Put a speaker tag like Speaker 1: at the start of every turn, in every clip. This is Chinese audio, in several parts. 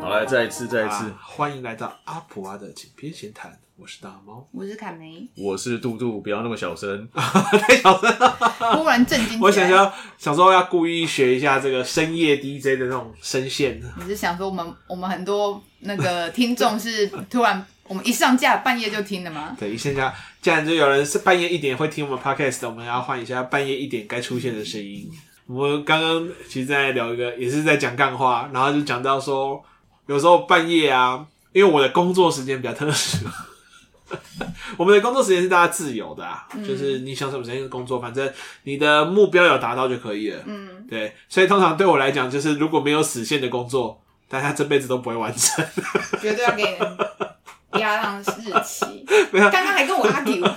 Speaker 1: 好来，再一次，再一次，
Speaker 2: 啊欢迎来到阿普阿的井边闲谈，我是大猫。
Speaker 3: 我是凯梅，
Speaker 1: 我是杜杜，不要那么小声。
Speaker 2: 太小声了，
Speaker 3: 忽然震惊。
Speaker 2: 我想，想，小时候要故意学一下这个深夜 DJ 的那种声线。
Speaker 3: 你是想说我们我们很多那个听众是突然我们一上架半夜就听的吗？
Speaker 2: 对，现在既然就有人是半夜一点会听我们 podcast 的，我们要换一下半夜一点该出现的声音。我们刚刚其实在聊一个，也是在讲干话，然后就讲到说，有时候半夜啊，因为我的工作时间比较特殊， 我们的工作时间是大家自由的、啊，就是你想什么时间工作，反正你的目标有达到就可以了。
Speaker 3: 嗯，
Speaker 2: 对，所以通常对我来讲，就是如果没有死线的工作，但他这辈子都不会完成。
Speaker 3: 绝对要给你压上日期。
Speaker 2: 没有
Speaker 3: 刚刚还跟 我 argue，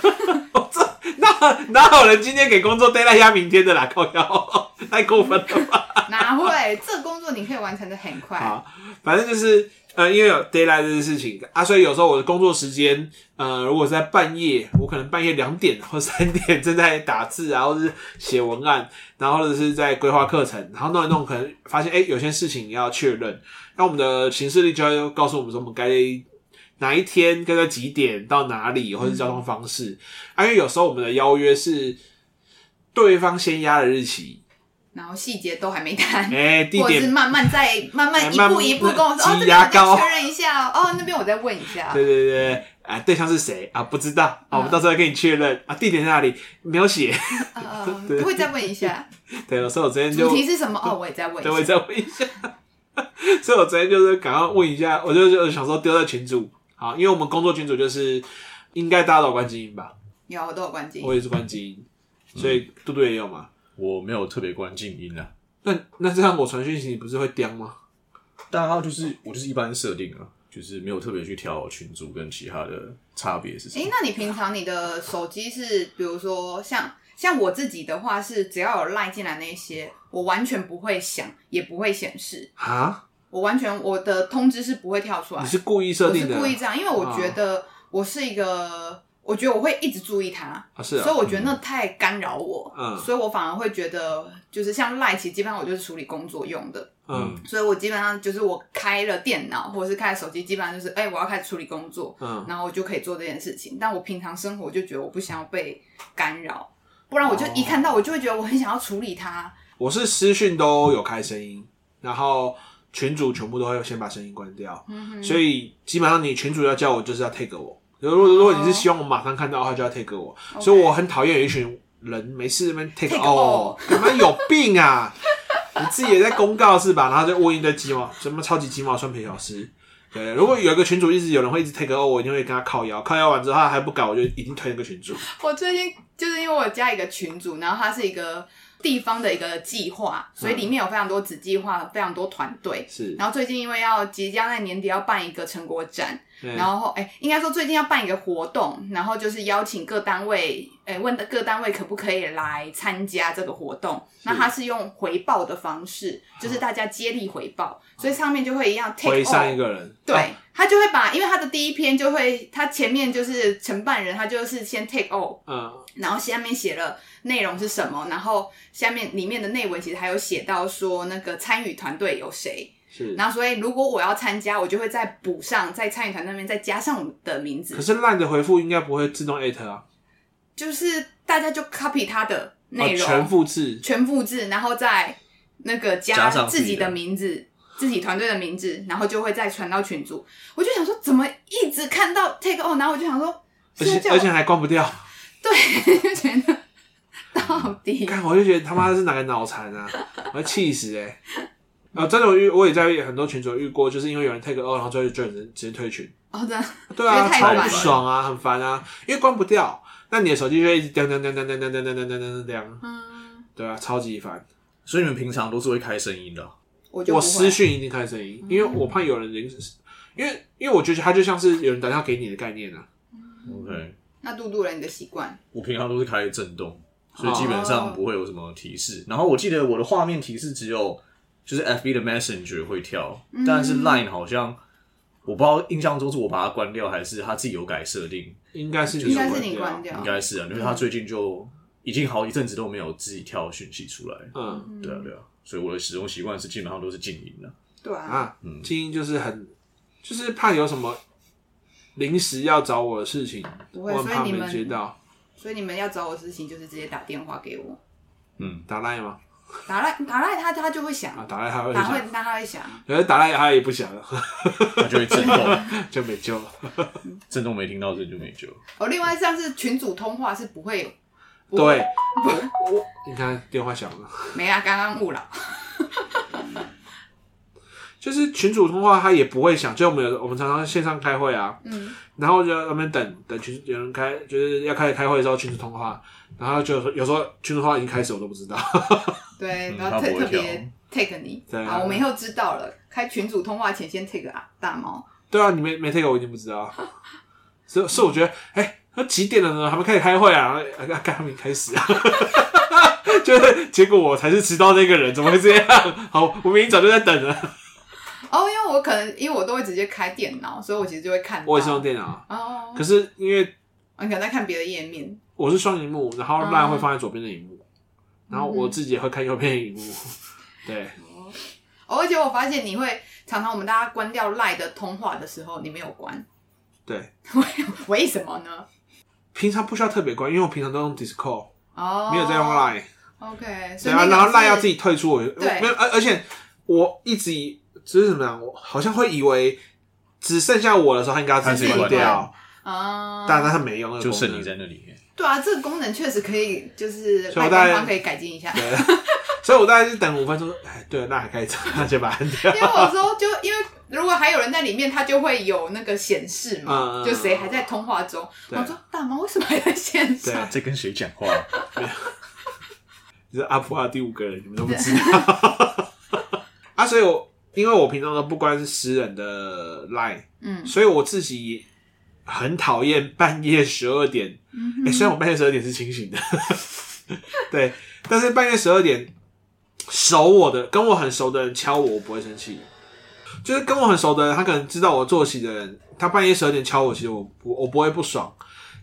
Speaker 2: 那哪有人今天给工作 d a 压明天的啦？靠腰， 太过分了吧？
Speaker 3: 哪会？这工作你可以完成的很快。
Speaker 2: 好，反正就是呃，因为有 d a y l i g h t 这件事情啊，所以有时候我的工作时间，呃，如果是在半夜，我可能半夜两点或三点正在打字啊，或者是写文案，然后或者是在规划课程，然后弄一弄，可能发现哎、诶有些事情要确认，那我们的行事历就要告诉我们说我们该。哪一天该在几点到哪里，或是交通方式？啊，因为有时候我们的邀约是对方先压了日期，
Speaker 3: 然后细节都还没谈，
Speaker 2: 哎、地
Speaker 3: 或者
Speaker 2: 点
Speaker 3: 是慢慢 再慢慢一
Speaker 2: 慢
Speaker 3: 步一步跟我说，哦，
Speaker 2: 挤
Speaker 3: 这边
Speaker 2: 牙
Speaker 3: 我再
Speaker 2: 膏
Speaker 3: 确认一下哦，哦，那边我再问一下。
Speaker 2: 对对对，啊，对象是谁啊？不知道
Speaker 3: 嗯
Speaker 2: 啊，我们到时候再跟你确认啊，地点在哪里？没有写。
Speaker 3: 呃，不会再问一下。
Speaker 2: 对，有时候我昨天就
Speaker 3: 主题是什么？哦，我也再问
Speaker 2: 对，我
Speaker 3: 一下。
Speaker 2: 再问一下。 所以我昨天就是赶快问一下，我就就想说丢在群主，好，因为我们工作群主就是应该大家都有关基因吧，
Speaker 3: 有，啊我都有关机。
Speaker 2: 我也是关基因，所以杜杜也有嘛。
Speaker 1: 我没有特别关静音啊，
Speaker 2: 那那这样我传讯息你不是会刁吗？
Speaker 1: 大号就是我就是一般设定啊，就是没有特别去挑群组跟其他的差别是什
Speaker 3: 哎、
Speaker 1: 么。
Speaker 3: 那你平常你的手机是，比如说像像我自己的话是，只要有赖进来那些，我完全不会响，也不会显示，
Speaker 2: 啊，
Speaker 3: 我完全我的通知是不会跳出来
Speaker 2: 你，是故意设
Speaker 3: 我
Speaker 2: 定
Speaker 3: 是
Speaker 2: 的？啊
Speaker 3: 故意这样，因为我觉得我是一个，我觉得我会一直注意它，
Speaker 2: 啊，是
Speaker 3: 所以
Speaker 2: 啊，
Speaker 3: 我觉得那太干扰我，
Speaker 2: 嗯
Speaker 3: 所以我反而会觉得就是像赖，其实基本上我就是处理工作用的，
Speaker 2: 嗯
Speaker 3: 所以我基本上就是我开了电脑或者是开了手机，基本上就是哎、我要开始处理工作，
Speaker 2: 嗯，
Speaker 3: 然后我就可以做这件事情。但我平常生活就觉得我不想要被干扰，不然我
Speaker 2: 哦
Speaker 3: 就一看到我就会觉得我很想要处理它。
Speaker 2: 我是私讯都有开声音，然后群主全部都会先把声音关掉。
Speaker 3: 嗯哼，
Speaker 2: 所以基本上你群主要叫我，就是要 take 我。如果如果你是希望我马上看到的话，就要 take 我。
Speaker 3: OK
Speaker 2: 所以我很讨厌有一群人没事那边 take
Speaker 3: take
Speaker 2: all，
Speaker 3: all
Speaker 2: 你们有病啊！你自己也在公告是吧？然后就问一堆鸡毛什么超级鸡毛蒜皮小事。对，如果有一个群主一直有人会一直 take all，我一定会跟他靠腰，靠腰完之后他还不改，我就一定推那个群主。
Speaker 3: 我最近就是因为我加一个群组，然后它是一个地方的一个计划，所
Speaker 2: 嗯
Speaker 3: 以里面有非常多子计划，非常多团队。
Speaker 2: 是，
Speaker 3: 然后最近因为要即将在年底要办一个成果展，
Speaker 2: 对
Speaker 3: 然后哎，应该说最近要办一个活动，然后就是邀请各单位，哎，问各单位可不可以来参加这个活动。那它是用回报的方式，就是大家接力回报，所以上面就会一样
Speaker 2: 嗯
Speaker 3: take
Speaker 2: 回上一
Speaker 3: all。
Speaker 2: 个人，
Speaker 3: 对
Speaker 2: 啊，
Speaker 3: 他就会把，因为他的第一篇就会，他前面就是承办人，他就是先 take all，
Speaker 2: 嗯，
Speaker 3: 然后下面写了内容是什么，然后下面里面的内文其实还有写到说那个参与团队有谁，
Speaker 2: 是。
Speaker 3: 然后所以如果我要参加，我就会再补上，在参与团那边再加上我的名字
Speaker 2: 可，是烂的回复应该不会自动 at 啊，
Speaker 3: 就是大家就 copy 他的内
Speaker 2: 哦，
Speaker 3: 容，
Speaker 2: 全复制，
Speaker 3: 全复制，然后再那个
Speaker 1: 加
Speaker 3: 加
Speaker 1: 上自己的
Speaker 3: 自己的名字。自己团队的名字，然后就会再传到群组。我就想说，怎么一直看到 take on，然后我就想说，
Speaker 2: 而
Speaker 3: 是要
Speaker 2: 且
Speaker 3: 叫我
Speaker 2: 而且还关不掉。
Speaker 3: 对， 就觉得到底
Speaker 2: 看，我就觉得他妈是哪个脑残啊！我要气死哎、欸！呃，真的，我遇我也在很多群组遇过，就是因为有人 take 哦二，然后最后就有人直接退群。
Speaker 3: 哦，真的
Speaker 2: 对啊，
Speaker 3: 觉得太
Speaker 2: 超
Speaker 3: 烦
Speaker 2: 不爽啊，很烦啊，因为关不掉，那你的手机就会一直叮叮叮叮叮叮叮叮叮叮叮叮，
Speaker 3: 嗯，
Speaker 2: 对啊，超级烦。
Speaker 1: 所以你们平常都是会开声音的哦、
Speaker 3: 我就
Speaker 2: 我
Speaker 3: 不会
Speaker 2: 私讯一定开声音，因为我怕有人临时，因为因为我觉得它就像是有人打电话给你的概念啊。
Speaker 1: OK，
Speaker 3: 那杜杜人你的习惯，哦
Speaker 1: 我平常都是开震动，所以基本上不会有什么提示。然后我记得我的画面提示只有就是 FB 的 Messenger 会跳，但是 Line 好像我不知道，印象中是我把它关掉，还是它自己有改设定。
Speaker 2: 应该是
Speaker 3: 应该是你关
Speaker 2: 掉，
Speaker 3: 掉
Speaker 1: 啊应，该是啊，因为他最近就已经好一阵子都没有自己挑讯息出来。
Speaker 2: 嗯
Speaker 3: 嗯
Speaker 1: 对啊，对啊，所以我的使用习惯是基本上都是静音的。
Speaker 3: 对啊，
Speaker 2: 啊，静音就是很，就是怕有什么临时要找我的事情，
Speaker 3: 不
Speaker 2: 我
Speaker 3: 会
Speaker 2: 很怕
Speaker 3: 所以你
Speaker 2: 没
Speaker 3: 们
Speaker 2: 接到，
Speaker 3: 所以你们要找我的事情就是直接打电话给我，
Speaker 1: 嗯，
Speaker 2: 打赖吗？
Speaker 3: 打赖打赖他他就会响，
Speaker 2: 啊，打赖他会
Speaker 3: 打
Speaker 2: 想
Speaker 3: 会，那他会响，
Speaker 2: 可是打赖他也不想了，
Speaker 1: 它就会震动，
Speaker 2: 就没救了。
Speaker 1: 震动没听到这就没救。
Speaker 3: 哦，另外像是群组通话是不会，不
Speaker 2: 对，你看电话响了。
Speaker 3: 没啦，刚刚误了，
Speaker 2: 就是群主通话，他也不会响。就我们有我们常常线上开会啊，
Speaker 3: 嗯，
Speaker 2: 然后就在那边等等群有人开，就是要开始开会的时候群主通话，然后就有时候群主通话已经开始我都不知道。
Speaker 3: 对，
Speaker 1: 嗯
Speaker 3: 然后
Speaker 1: 他
Speaker 3: 特
Speaker 1: 不会
Speaker 3: 特别 take 你
Speaker 2: 对，啊
Speaker 3: 好，我们以后知道了，开群组通话前先 take 啊大猫，
Speaker 2: 对啊，你没没 take 我已经不知道，啊 所以所以我觉得，哎、都几点了呢？还没开始开会啊？然后啊，刚还没开始啊。 就是结果我才是迟到那个人，怎么会这样？好，我明明早就在等了。
Speaker 3: 哦，因为我可能因为我都会直接开电脑，所以我其实就会看到，
Speaker 2: 我也是用电脑，啊
Speaker 3: 哦，
Speaker 2: 可是因为
Speaker 3: 你可能在看别的页面，
Speaker 2: 我是双荧幕，然后
Speaker 3: 嗯
Speaker 2: LINE 会放在左边的荧幕，然后我自己也会看右边的荧幕。 对，
Speaker 3: 哦，而且我发现你会常常我们大家关掉赖的通话的时候，你没有关，
Speaker 2: 对，
Speaker 3: 为什么呢？
Speaker 2: 平常不需要特别关，因为我平常都用 Discord，
Speaker 3: 哦，
Speaker 2: 没有在用 Line。
Speaker 3: OK，所
Speaker 2: 对
Speaker 3: 以
Speaker 2: 啊，
Speaker 3: 那个
Speaker 2: 然后
Speaker 3: 是
Speaker 2: Line 要自己退出我，我
Speaker 3: 对
Speaker 2: 没有，而而且我一直以就是怎么样，我好像会以为只剩下我的时候，他应该要自己
Speaker 1: 他自己
Speaker 2: 关
Speaker 1: 关
Speaker 2: 掉，
Speaker 3: 啊，
Speaker 2: 但但他没用那个
Speaker 1: 就
Speaker 2: 功
Speaker 1: 剩
Speaker 2: 能
Speaker 1: 你。在那里面，
Speaker 3: 对啊，这个功能确实可以，就是
Speaker 2: 所以
Speaker 3: 赖
Speaker 2: 我大概
Speaker 3: 官方可以改进一下。
Speaker 2: 对， 所以我大概是等五分钟，哎，对，那还可以，那就把它按掉
Speaker 3: 因。为有时候就因为如果还有人在里面，它就会有那个显示嘛，
Speaker 2: 嗯
Speaker 3: 就谁还在通话中。
Speaker 2: 对
Speaker 3: 我说大妈为什么还在线
Speaker 2: 对
Speaker 3: 上？
Speaker 1: 在跟谁讲话？
Speaker 2: 你是阿普啊拉第五个人，你们都不知道。 啊，所以我因为我平常都不关私人的 Line，
Speaker 3: 嗯
Speaker 2: 所以我自己很讨厌半夜十二点。
Speaker 3: 嗯
Speaker 2: 欸虽然
Speaker 3: 哼，
Speaker 2: 我半夜十二点是清醒的， 对，但是半夜十二点熟我的、跟我很熟的人敲我，我不会生气。就是跟我很熟的人，他可能知道我作息的人，他半夜十二点敲我，其实我不我不会不爽。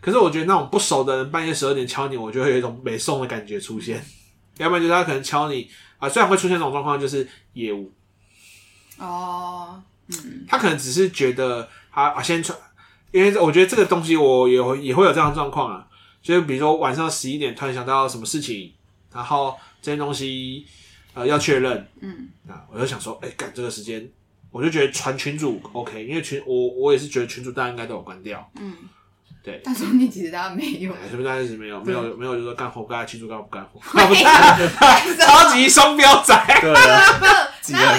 Speaker 2: 可是我觉得那种不熟的人半夜十二点敲你，我就会有一种没送的感觉出现。 要不然就是他可能敲你啊，虽然会出现这种状况，就是业务，
Speaker 3: 哦，嗯，
Speaker 2: 他可能只是觉得他啊先传，因为我觉得这个东西我也会也会有这样的状况啊，就是比如说晚上十一点突然想到什么事情，然后这些东西呃要确认，
Speaker 3: 嗯，
Speaker 2: 啊，我就想说，哎、赶这个时间，我就觉得传群主 OK，因为群我我也是觉得群主大家应该都有关掉，
Speaker 3: 但说你其实嗯大家没有，
Speaker 2: 哎是不是大家一直没有没有没有就说干活，干群主干不干活，
Speaker 3: 超
Speaker 2: 超级双标仔，
Speaker 1: 对啊，
Speaker 3: 不，哪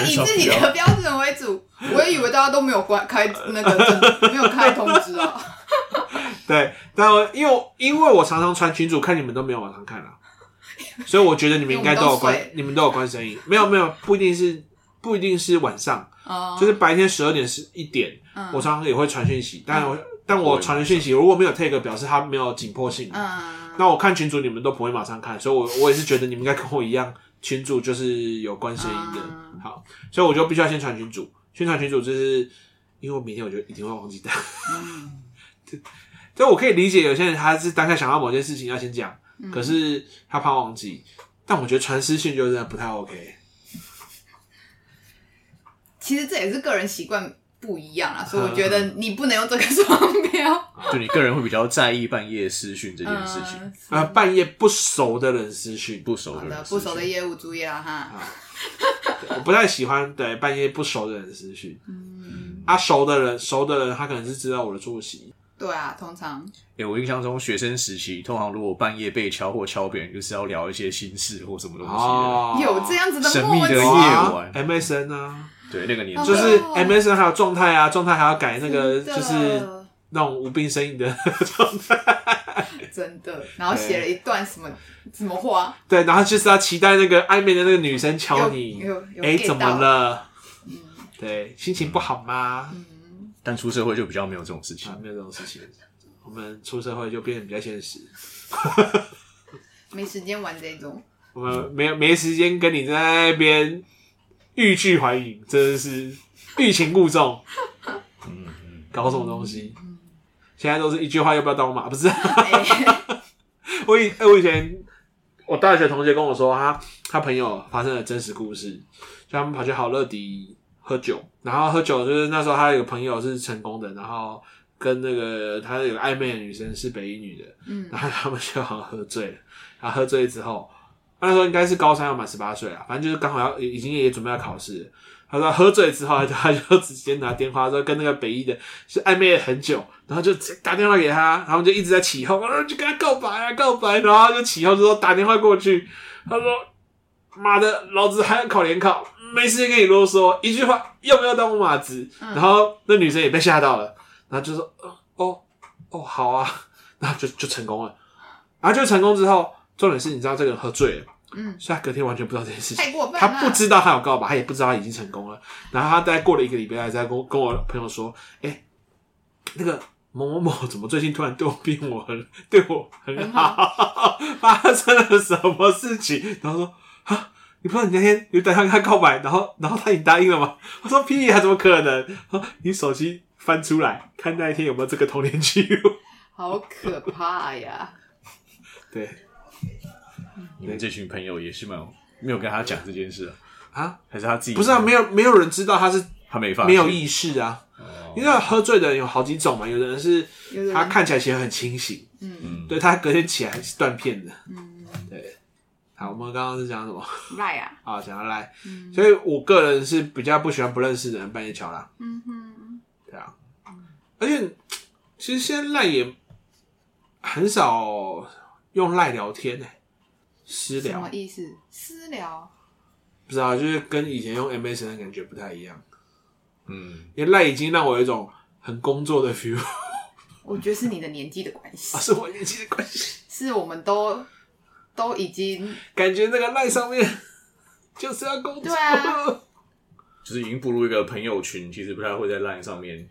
Speaker 3: 有以自己
Speaker 2: 哦
Speaker 3: 的标准为主？我也以为大家都没有关开那个正，没有开通知哦。
Speaker 2: 对，但我因为我因为我常常传群主看你们都没有往上看了、所以我觉得你们应该都有关
Speaker 3: 因为我们都睡，
Speaker 2: 你们都有关声音。没有没有，不一定是不一定是晚上，
Speaker 3: 哦，
Speaker 2: 就是白天十二点十一点，
Speaker 3: 嗯
Speaker 2: 我常常也会传讯息，但我、但我传的讯息如果没有 take 表示它没有紧迫性，
Speaker 3: 嗯，
Speaker 2: 那我看群主你们都不会马上看，所以我我也是觉得你们应该跟我一样，群主就是有关声音的。
Speaker 3: 嗯
Speaker 2: 好，所以我就必须要先传群主，宣传群主就是因为我明天我就一定会忘记的。 就我可以理解有些人他是当下想到某件事情要先讲，可是他怕忘记。但我觉得传私讯就真的不太 OK。
Speaker 3: 其实这也是个人习惯不一样
Speaker 1: 嗯
Speaker 3: 啊啦，所以我觉得你不能用这个双标。
Speaker 1: 就你个人会比较在意半夜私讯 这件事情，
Speaker 3: 嗯，
Speaker 2: 啊，半夜不熟的人私讯，
Speaker 1: 不熟
Speaker 3: 好
Speaker 1: 的
Speaker 3: 的，
Speaker 1: 人
Speaker 3: 不熟的
Speaker 1: 私讯
Speaker 3: 业务注意了哈。
Speaker 1: 啊
Speaker 2: 我不太喜欢对半夜不熟的人私讯。
Speaker 3: 嗯，
Speaker 2: 啊，熟的人，熟的人他可能是知道我的作息，
Speaker 3: 对啊，通常
Speaker 1: 欸，我印象中学生时期，通常如果半夜被敲或敲别人，就是要聊一些心事或什么东西的。
Speaker 2: 哦
Speaker 3: 有这样子
Speaker 1: 哦神秘
Speaker 3: 默
Speaker 1: 的
Speaker 3: 契啊
Speaker 1: 夜晚
Speaker 2: MSN 啊，
Speaker 1: 对，那个年代
Speaker 2: 就是
Speaker 3: 哦
Speaker 2: MSN 还有状态啊，状态还要改那个
Speaker 3: 真的
Speaker 2: 就是那种无病呻吟的 状态，
Speaker 3: 真的，然后写了一段什么
Speaker 1: 哎
Speaker 3: 什么话，
Speaker 2: 对，然后就是要期待那个暧昧的那个女生敲你
Speaker 3: 有有，有
Speaker 2: 哎，
Speaker 3: get
Speaker 2: 怎么
Speaker 3: 到嗯
Speaker 2: 了？对，心情不好吗？
Speaker 1: 但出社会就比较没有这种事情
Speaker 2: 啊，。没有这种事情，我们出社会就变得比较现实，
Speaker 3: 没时间玩这 种。
Speaker 2: 我们没有没时间跟你在那边欲拒还迎，真的是欲擒故纵，搞什么东西？
Speaker 3: 嗯
Speaker 2: 现在都是一句话，要不要当我马？不是。
Speaker 3: 哎
Speaker 2: 我以、欸、我以前我大学同学跟我说，他他朋友发生了真实故事，就他们跑去好乐迪喝酒，然后喝酒就是那时候他有个朋友是成功的，然后跟那个他有个暧昧的女生是北一女的，
Speaker 3: 嗯
Speaker 2: 然后他们就好像喝醉了，然后喝醉之后，那时候应该是高三要满十八岁啊，反正就是刚好要已经也准备要考试了。他说喝醉之后，他就 他就直接拿电话说跟那个北一的是暧昧了很久，然后就直接打电话给他，然后就一直在起哄，然后就跟他告白啊告白，然后他就起哄就说打电话过去，他说妈的，老子还要考联考，没时间跟你啰嗦，一句话要不要当我马子？
Speaker 3: 嗯
Speaker 2: 然后那女生也被吓到了，然后就说呃哦哦好啊，然后就就成功了，然后就成功之后，重点是你知道这个人喝醉了，
Speaker 3: 嗯，
Speaker 2: 所以他隔天完全不知道这件事情，
Speaker 3: 太过分了，啊
Speaker 2: 他不知道他有告白，他也不知道他已经成功了。然后他大概过了一个礼拜，再跟我跟我朋友说：“哎、那个某某某怎么最近突然对我变我很对我很好， 发生了什么事情？”然后说：“啊，你不知道你那天有打算跟他告白，然后然后他已经答应了吗？”我说：“屁呀、怎么可能？”他说：“你手机翻出来看那一天有没有这个童年记录。
Speaker 3: 好可怕呀！”
Speaker 2: 对
Speaker 1: 你们这群朋友也是蛮没有跟他讲这件事、啊，
Speaker 2: 啊，
Speaker 1: 还是他自己
Speaker 2: 不是啊，没有没有人知道他是
Speaker 1: 他没发
Speaker 2: 没有
Speaker 1: 义，
Speaker 2: 意识啊。
Speaker 1: 哦
Speaker 2: 因为喝醉的人有好几种嘛，有的人是
Speaker 3: 有的人
Speaker 2: 他看起来其实很清醒，
Speaker 3: 嗯
Speaker 2: 对他隔天起来是断片的。
Speaker 3: 嗯，
Speaker 2: 好，我们刚刚是讲什么
Speaker 3: 赖啊，
Speaker 2: 啊？讲到来，
Speaker 3: 嗯
Speaker 2: 所以我个人是比较不喜欢不认识的人半夜敲啦，
Speaker 3: 嗯哼，
Speaker 2: 对啊。
Speaker 3: 嗯
Speaker 2: 而且其实现在赖也很少用赖聊天呢、私
Speaker 3: 什
Speaker 2: 聊
Speaker 3: 么意思？私聊
Speaker 2: 不知道，就是跟以前用 MSN 的感觉不太一样，
Speaker 1: 嗯，
Speaker 2: 因为赖已经让我有一种很工作的 feel，啊，
Speaker 3: 我觉得是你的年纪的关
Speaker 1: 啊
Speaker 3: 系，
Speaker 2: 是我年纪的关系。
Speaker 3: 是我们都都已经
Speaker 2: 感觉那个赖上面就是要工作。
Speaker 3: 对啊
Speaker 1: 就是已经步入一个朋友群，其实不太会在 LINE 上面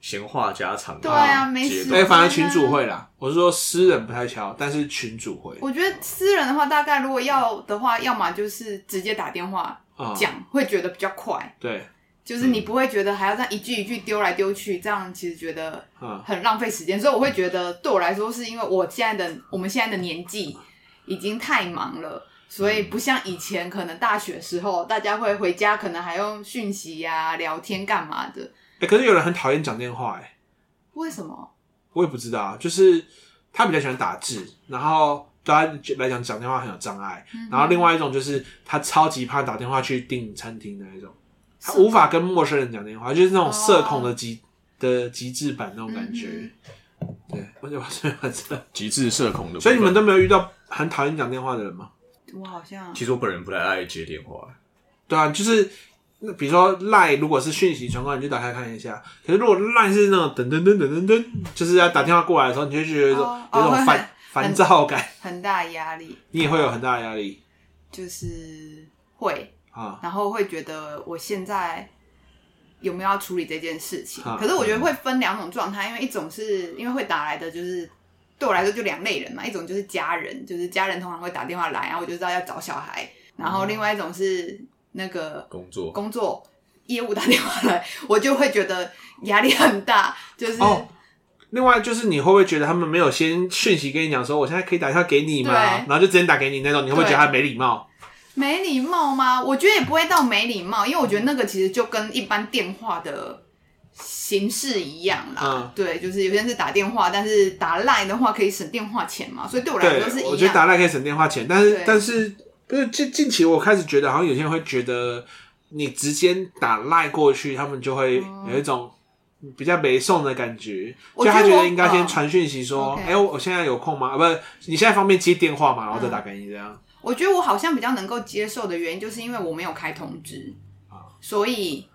Speaker 1: 闲话家常。
Speaker 3: 对啊没事
Speaker 2: 对，哎反正群主会啦。我是说私人不太敲，但是群主会
Speaker 3: 我觉得私人的话，大概如果要的话，要么就是直接打电话
Speaker 2: 啊、
Speaker 3: 讲，会觉得比较快，
Speaker 2: 对，
Speaker 3: 就是
Speaker 2: 嗯
Speaker 3: 你不会觉得还要这样一句一句丢来丢去，这样其实觉得
Speaker 2: 嗯
Speaker 3: 很浪费时间。所以我会觉得，对我来说，是因为我现在的我们现在的年纪已经太忙了。所
Speaker 2: 嗯
Speaker 3: 以不像以前，可能大学时候大家会回家，可能还用讯息呀、聊天干嘛的。
Speaker 2: 哎、可是有人很讨厌讲电话、哎，
Speaker 3: 为什么？
Speaker 2: 我也不知道啊，就是他比较喜欢打字，然后对他来讲讲电话很有障碍。
Speaker 3: 嗯
Speaker 2: 然后另外一种就是他超级怕打电话去订餐厅的那一种，
Speaker 3: 嗯
Speaker 2: 他无法跟陌生人讲电话，就是那种社恐
Speaker 3: 哦
Speaker 2: 的极、的极致版那种感
Speaker 3: 嗯
Speaker 2: 觉。对，我就把这完这，
Speaker 1: 极致社恐的部分，
Speaker 2: 所以你们都没有遇到很讨厌讲电话的人吗？
Speaker 3: 我好像
Speaker 1: 其实我本人不太爱接电话，
Speaker 2: 对啊，就是那比如说赖，如果是讯息传过来，你就打开看一下。可是如果赖是那种噔噔噔噔噔噔，就是要打电话过来的时候，你就觉得有一种、
Speaker 3: 哦
Speaker 2: 有一
Speaker 3: 哦
Speaker 2: 种
Speaker 3: 会
Speaker 2: 烦
Speaker 3: 很
Speaker 2: 烦躁感，
Speaker 3: 很大压力，
Speaker 2: 你也会有很大的压力
Speaker 3: 就是会，
Speaker 2: 啊。
Speaker 3: 然后会觉得我现在有没有要处理这件事情
Speaker 2: 啊？
Speaker 3: 可是我觉得会分两种状态，因为一种是因为会打来的，就是对我来说就两类人嘛，一种就是家人，就是家人通常会打电话来，然后我就知道要找小孩，然后另外一种是那个
Speaker 1: 工作
Speaker 3: 工作。业务打电话来，我就会觉得压力很大，就是、
Speaker 2: 哦另外就是你会不会觉得他们没有先讯息跟你讲说我现在可以打电话给你吗？
Speaker 3: 对
Speaker 2: 然后就直接打给你那种，你会不会觉得他没礼貌？
Speaker 3: 没礼貌吗？我觉得也不会到没礼貌，因为我觉得那个其实就跟一般电话的形式一样啦。
Speaker 2: 嗯
Speaker 3: 对，就是有些人是打电话，但是打 line 的话可以省电话钱嘛，所以对我来
Speaker 2: 对
Speaker 3: 说是，
Speaker 2: 我觉
Speaker 3: 一
Speaker 2: 得
Speaker 3: 样。
Speaker 2: 打赖可以省电话钱，但是
Speaker 3: 对
Speaker 2: 但是不是近近期我开始觉得好像有些人会觉得你直接打赖过去，他们就会有一种比较没送的感觉，
Speaker 3: 嗯我
Speaker 2: 就
Speaker 3: 觉
Speaker 2: 他
Speaker 3: 得
Speaker 2: 觉得
Speaker 3: 我
Speaker 2: 应该先
Speaker 3: 嗯
Speaker 2: 传讯息说，
Speaker 3: OK
Speaker 2: 哎、我我现在有空吗？啊，不是，你现在方便接电话吗？然
Speaker 3: 嗯
Speaker 2: 后再打给你这样。
Speaker 3: 我觉得我好像比较能够接受的原因，就是因为我没有开通知，所以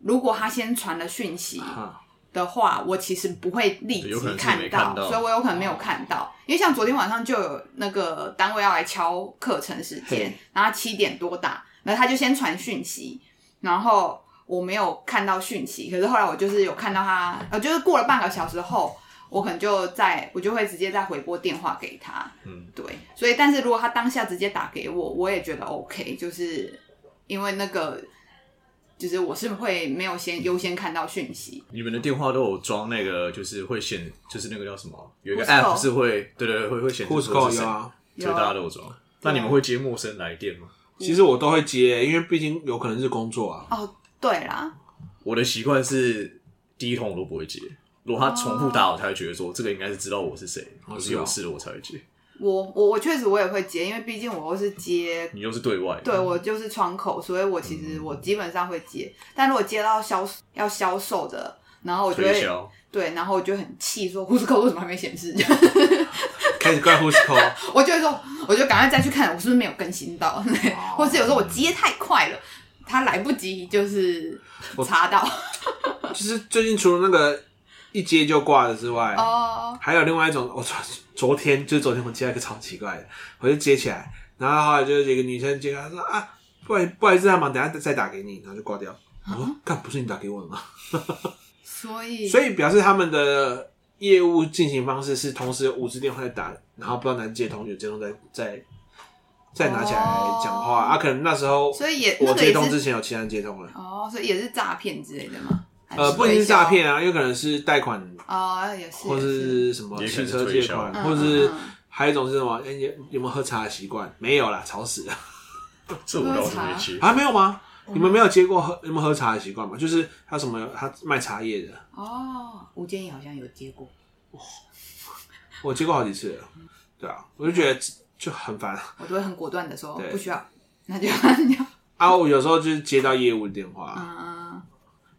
Speaker 3: 如果他先传了讯息
Speaker 2: 啊
Speaker 3: 的话，我其实不会立
Speaker 1: 有可
Speaker 3: 即
Speaker 1: 能是没看到
Speaker 3: 所以我有可能没有看到。因为像昨天晚上就有那个单位要来敲课程时间
Speaker 2: 嘿，
Speaker 3: 然后七点多打，然后他就先传讯息，然后我没有看到讯息，可是后来我就是有看到他，呃，就是过了半个小时后。我可能就在，我就会直接再回拨电话给他，
Speaker 1: 嗯，
Speaker 3: 对，所以但是如果他当下直接打给我，我也觉得 OK，就是因为那个，就是我是会没有先优先看到讯息，
Speaker 1: 你们的电话都有装那个，就是会显，就是那个叫什么，有一个
Speaker 3: Who's call
Speaker 1: app 是会，对对对，会会显示
Speaker 2: Who's
Speaker 1: 说
Speaker 2: call
Speaker 1: 是谁
Speaker 2: 有，啊？
Speaker 1: 所以大家都有装。那你们会接陌生来电吗？
Speaker 2: 其实我都会接，因为毕竟有可能是工作啊。
Speaker 3: 哦，对啦，
Speaker 1: 我的习惯是第一通我都不会接，如果他重复打我，才会觉得说这个应该是知道我是谁，
Speaker 2: 哦
Speaker 1: 我
Speaker 2: 是
Speaker 1: 是
Speaker 2: 哦
Speaker 1: 有事了我才会接。
Speaker 3: 我我我确实我也会接，因为毕竟我又是接，
Speaker 1: 你又是对外，
Speaker 3: 对，我就是窗口，所以我其实我基本上会接。但如果接到销要销售的，然后我就
Speaker 1: 推
Speaker 3: 会
Speaker 1: 销，
Speaker 3: 对，然后我就很气，说呼士扣为什么还没显示？
Speaker 2: 开始怪 Who's Call，
Speaker 3: 我就会说，我就赶快再去看我是不是没有更新
Speaker 2: 哦
Speaker 3: 到， 或是有时候我接太快了，他来不及就是查到
Speaker 2: 就是最近除了那个一接就挂的之外，
Speaker 3: 哦，
Speaker 2: 还有另外一种，我昨昨天就是昨天我接到一个超奇怪的，我就接起来，然后后来就是有一个女生接，她说啊，不好意不好意思啊，忙，等一下再打给你，然后就挂掉。我
Speaker 3: 啊
Speaker 2: 说干，不是你打给我的吗？
Speaker 3: 所以
Speaker 2: 所以表示他们的业务进行方式是同时有五支电话在打，然后不知道哪接通，有接通再再再拿起来讲话、
Speaker 3: 哦
Speaker 2: 啊。可能那时候
Speaker 3: 所以也那
Speaker 2: 我
Speaker 3: 个
Speaker 2: 接
Speaker 3: 也
Speaker 2: 通
Speaker 3: 是
Speaker 2: 之前有其他人接通了，
Speaker 3: 哦，所以也是诈骗之类的吗？
Speaker 2: 呃，不一定是诈骗啊，有可能是贷款
Speaker 3: 啊、哦，也是，
Speaker 2: 或
Speaker 3: 也
Speaker 2: 是什么
Speaker 1: 也可
Speaker 2: 汽
Speaker 1: 能是
Speaker 2: 车借
Speaker 1: 推销
Speaker 2: 款，
Speaker 3: 嗯
Speaker 2: 或是
Speaker 3: 嗯嗯
Speaker 2: 还有一种是什么？哎、有有没有喝茶的习惯？没有啦，吵死了
Speaker 1: 这我倒是没接。
Speaker 2: 啊！没有吗？你们没有接过喝你们喝茶的习惯吗？就是他什么他卖茶叶的，
Speaker 3: 哦，吴建议好像有接过，
Speaker 2: 我接过好几次了。对啊，我就觉得就很烦
Speaker 3: 我都会很果断的说
Speaker 2: 对
Speaker 3: 不需要，那就那就
Speaker 2: 啊。我有时候就是接到业务的电话，
Speaker 3: 嗯，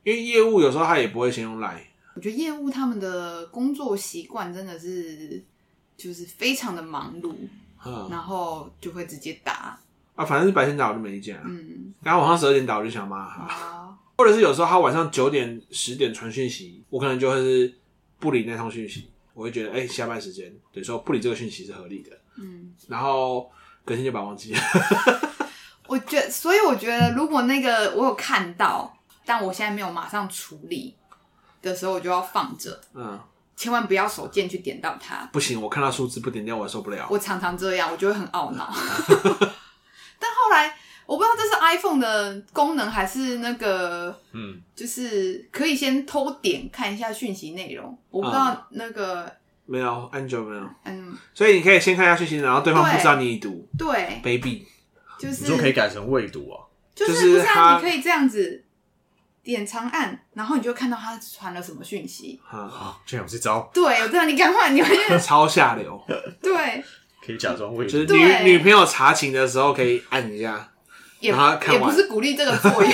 Speaker 2: 因为业务有时候他也不会先用 Line，
Speaker 3: 我觉得业务他们的工作习惯真的是就是非常的忙碌，
Speaker 2: 嗯
Speaker 3: 然后就会直接打，
Speaker 2: 啊，反正是白天打我就没意见啊。
Speaker 3: 嗯，
Speaker 2: 然后晚上十二点打我就想骂他，
Speaker 3: 啊，
Speaker 2: 或者是有时候他晚上九点十点传讯息，我可能就会是不理那通讯息，我会觉得哎、下班时间，对，说不理这个讯息是合理的。
Speaker 3: 嗯，
Speaker 2: 然后隔天就把它忘 记了。
Speaker 3: 我觉得，所以我觉得如果那个我有看到，但我现在没有马上处理的时候，我就要放着，
Speaker 2: 嗯，
Speaker 3: 千万不要手贱去点到它。
Speaker 2: 不行，我看到数字不点掉我受不了。
Speaker 3: 我常常这样，我就会很懊恼。 但后来我不知道这是 iPhone 的功能还是那个，
Speaker 1: 嗯，
Speaker 3: 就是可以先偷点看一下讯息内容。我不知道那个，
Speaker 2: 没有，很久没有，
Speaker 3: 嗯，
Speaker 2: 所以你可以先看一下讯息，然后对方
Speaker 3: 对
Speaker 2: 不知道你已读
Speaker 3: 对，
Speaker 2: 卑鄙。
Speaker 3: 就
Speaker 1: 你
Speaker 3: 是
Speaker 1: 就可以改成未读啊。
Speaker 3: 就
Speaker 2: 就是
Speaker 3: 是不是
Speaker 2: 他
Speaker 3: 啊？你可以这样子点长按，然后你就看到他传了什么讯息。
Speaker 2: 哈，
Speaker 1: 啊，这样有这招，
Speaker 3: 对，我知道你赶快，你会
Speaker 2: 超下流，
Speaker 3: 对，
Speaker 1: 可以假装未
Speaker 2: 就是
Speaker 1: 读。
Speaker 2: 女
Speaker 3: 对
Speaker 2: 女朋友查寝的时候可以按一下，
Speaker 3: 也
Speaker 2: 然后看
Speaker 3: 也
Speaker 2: 完
Speaker 3: 不是鼓励这个作用，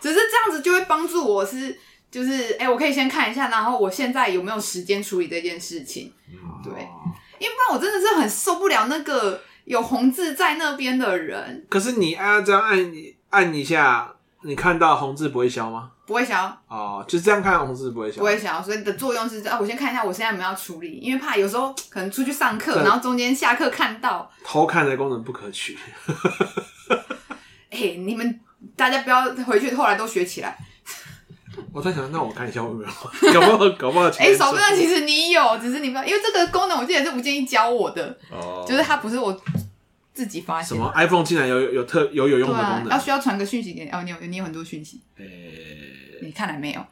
Speaker 3: 只是这样子就会帮助我是。就是哎、我可以先看一下，然后我现在有没有时间处理这件事情？
Speaker 1: 嗯，
Speaker 3: 对
Speaker 2: 哦
Speaker 3: 因为不然我真的是很受不了那个有红字在那边的人，
Speaker 2: 可是你按这样按按一下，你看到红字不会消吗？
Speaker 3: 不会想要，
Speaker 2: 哦，就这样看红字不会消。
Speaker 3: 不会想要，所以的作用是啊，我先看一下我现在有没有要处理，因为怕有时候可能出去上课，
Speaker 2: 对
Speaker 3: 然后中间下课看到，
Speaker 2: 偷看的功能不可取。
Speaker 3: 哎、你们大家不要回去，后来都学起来。
Speaker 2: 我在想，那我看一下会不 会有，搞不好搞不好前
Speaker 3: 哎、
Speaker 2: 面
Speaker 3: 手
Speaker 2: 做
Speaker 3: 段其实你有，只是你不要，因为这个功能我记得是吴建议教我的，
Speaker 1: 哦，
Speaker 3: 就是它不是我自己发
Speaker 2: 什
Speaker 3: 现的。
Speaker 2: 么 iPhone 竟然有有特有有用
Speaker 3: 对
Speaker 2: 的
Speaker 3: 啊
Speaker 2: 功，
Speaker 3: 要
Speaker 2: 能。
Speaker 3: 需要传个讯息给你哦，你有你有很多讯息，
Speaker 2: 诶
Speaker 3: 你看来没有？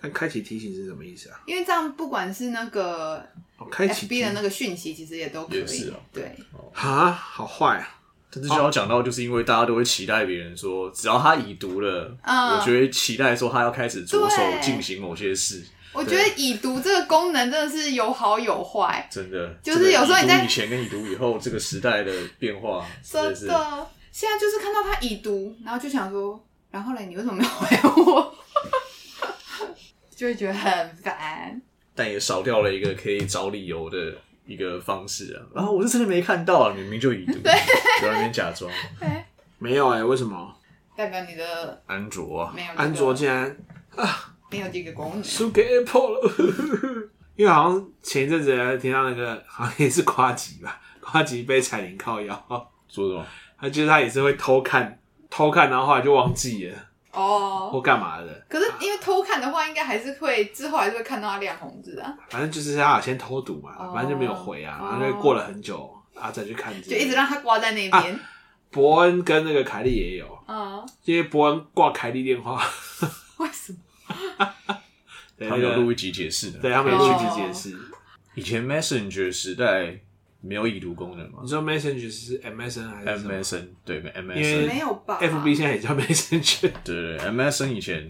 Speaker 2: 但开启提醒是什么意思啊？
Speaker 3: 因为这样不管是那个
Speaker 2: 哦开启
Speaker 3: FB 的
Speaker 2: 个
Speaker 3: 那个讯息，其实也都可以。
Speaker 1: 也是
Speaker 2: 哦
Speaker 1: 啊
Speaker 3: 对，
Speaker 2: 啊，好坏啊！
Speaker 1: 但是就要讲到，就是因为大家都会期待别人说，只要他已读了，
Speaker 3: 嗯
Speaker 1: 我就会期待说他要开始着手
Speaker 3: 对
Speaker 1: 进行某些事。
Speaker 3: 我觉得已读这个功能真的是有好有坏，
Speaker 1: 真的，
Speaker 3: 就是有时候
Speaker 1: 这个已
Speaker 3: 你在
Speaker 1: 读以前跟已读以后这个时代的变化，
Speaker 3: 真
Speaker 1: 的是
Speaker 3: 的。现在就是看到他已读，然后就想说，然后嘞，你为什么没有回我？就会觉得很烦。
Speaker 1: 但也少掉了一个可以找理由的一个方式啊。然后我是真的没看到啊，明明就已读，不要在那边假装。
Speaker 2: 没有哎，为什么
Speaker 3: 代表你的
Speaker 1: 安卓啊，
Speaker 3: 没有这个
Speaker 2: 安卓竟然
Speaker 3: 没有这个功能，
Speaker 2: 输给 Apple 了？ 因为好像前一阵子还听到那个， 好像也是夸吉吧，夸吉被彩铃靠腰，
Speaker 1: 说什么？
Speaker 2: 他就是他也是会偷看，偷看，然后后来就忘记了
Speaker 3: 哦。
Speaker 2: 或干嘛的，
Speaker 3: 可是因为偷看的话，应该还是会之后还是会看到他亮红字啊，
Speaker 2: 反正就是他先偷读嘛，
Speaker 3: 哦
Speaker 2: 反正就没有回啊，
Speaker 3: 哦
Speaker 2: 然后就过了很久啊再去看之类的，
Speaker 3: 就一直让他挂在那边。
Speaker 2: 伯恩跟那个凯莉也有，
Speaker 3: 嗯，
Speaker 2: 因为伯恩挂凯莉电话，
Speaker 3: 为什么？
Speaker 2: 对
Speaker 1: 他们
Speaker 2: 那
Speaker 1: 有
Speaker 2: 个
Speaker 1: 录一集解释的。
Speaker 2: 对他们有
Speaker 3: 哦
Speaker 2: 去解释，
Speaker 1: 以前 Messenger 时代，没有已读功能嘛
Speaker 2: 你说 Messenger 是 MSN 还是什么
Speaker 1: ？MSN 对
Speaker 2: 因
Speaker 1: ，MSN
Speaker 2: 为
Speaker 3: 没有吧
Speaker 2: FB 现在也叫 Messenger，
Speaker 1: 对对对，MSN 以前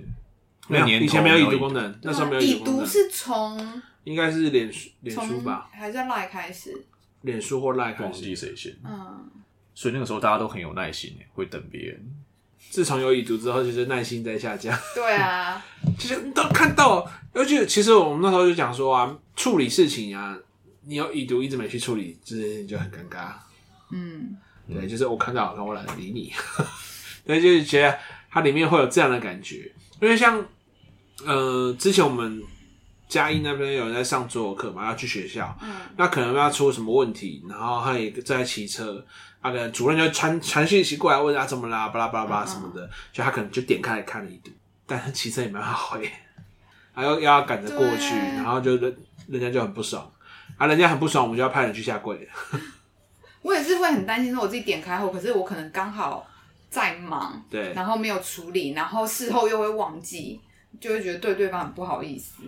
Speaker 2: 没 有，
Speaker 1: 那年头
Speaker 2: 以前没有
Speaker 1: 没
Speaker 2: 已
Speaker 1: 有
Speaker 2: 读
Speaker 1: 已
Speaker 2: 功能，那时候没有已
Speaker 3: 已
Speaker 2: 读功
Speaker 3: 读
Speaker 2: 能，
Speaker 3: 啊是从
Speaker 2: 应该是脸书脸书
Speaker 3: 从
Speaker 2: 吧，
Speaker 3: 还是 Line 开始，
Speaker 2: 脸书或 Line
Speaker 1: 忘
Speaker 2: 开始。
Speaker 1: 记谁先，
Speaker 3: 嗯，
Speaker 1: 所以那个时候大家都很有耐心耶，会等别人。
Speaker 2: 自从有已读之后，就是耐心在下降。
Speaker 3: 对啊，
Speaker 2: 其实你都看到，而且其实我们那时候就讲说啊，处理事情啊，你有已读一直没去处理这件事情就很尴尬。
Speaker 3: 嗯，
Speaker 2: 对，就是我看到，然后我懒得理你。 对，就是觉得它里面会有这样的感觉，因为像呃，之前我们嘉义那边有人在上桌游课嘛，要去学校，
Speaker 3: 嗯，
Speaker 2: 那可能要出什么问题，然后他也在骑车，啊，可能主任就传传讯息过来问啊怎么啦，巴拉巴拉
Speaker 3: 嗯
Speaker 2: 巴拉什么的，就他可能就点开来看了一读，但他骑车也没办法回，还要要赶着过去，
Speaker 3: 对
Speaker 2: 然后就人人家就很不爽，啊，人家很不爽，我们就要派人去下跪。
Speaker 3: 我也是会很担心，说我自己点开后，可是我可能刚好在忙，
Speaker 2: 对
Speaker 3: 然后没有处理，然后事后又会忘记，就会觉得对对方很不好意思。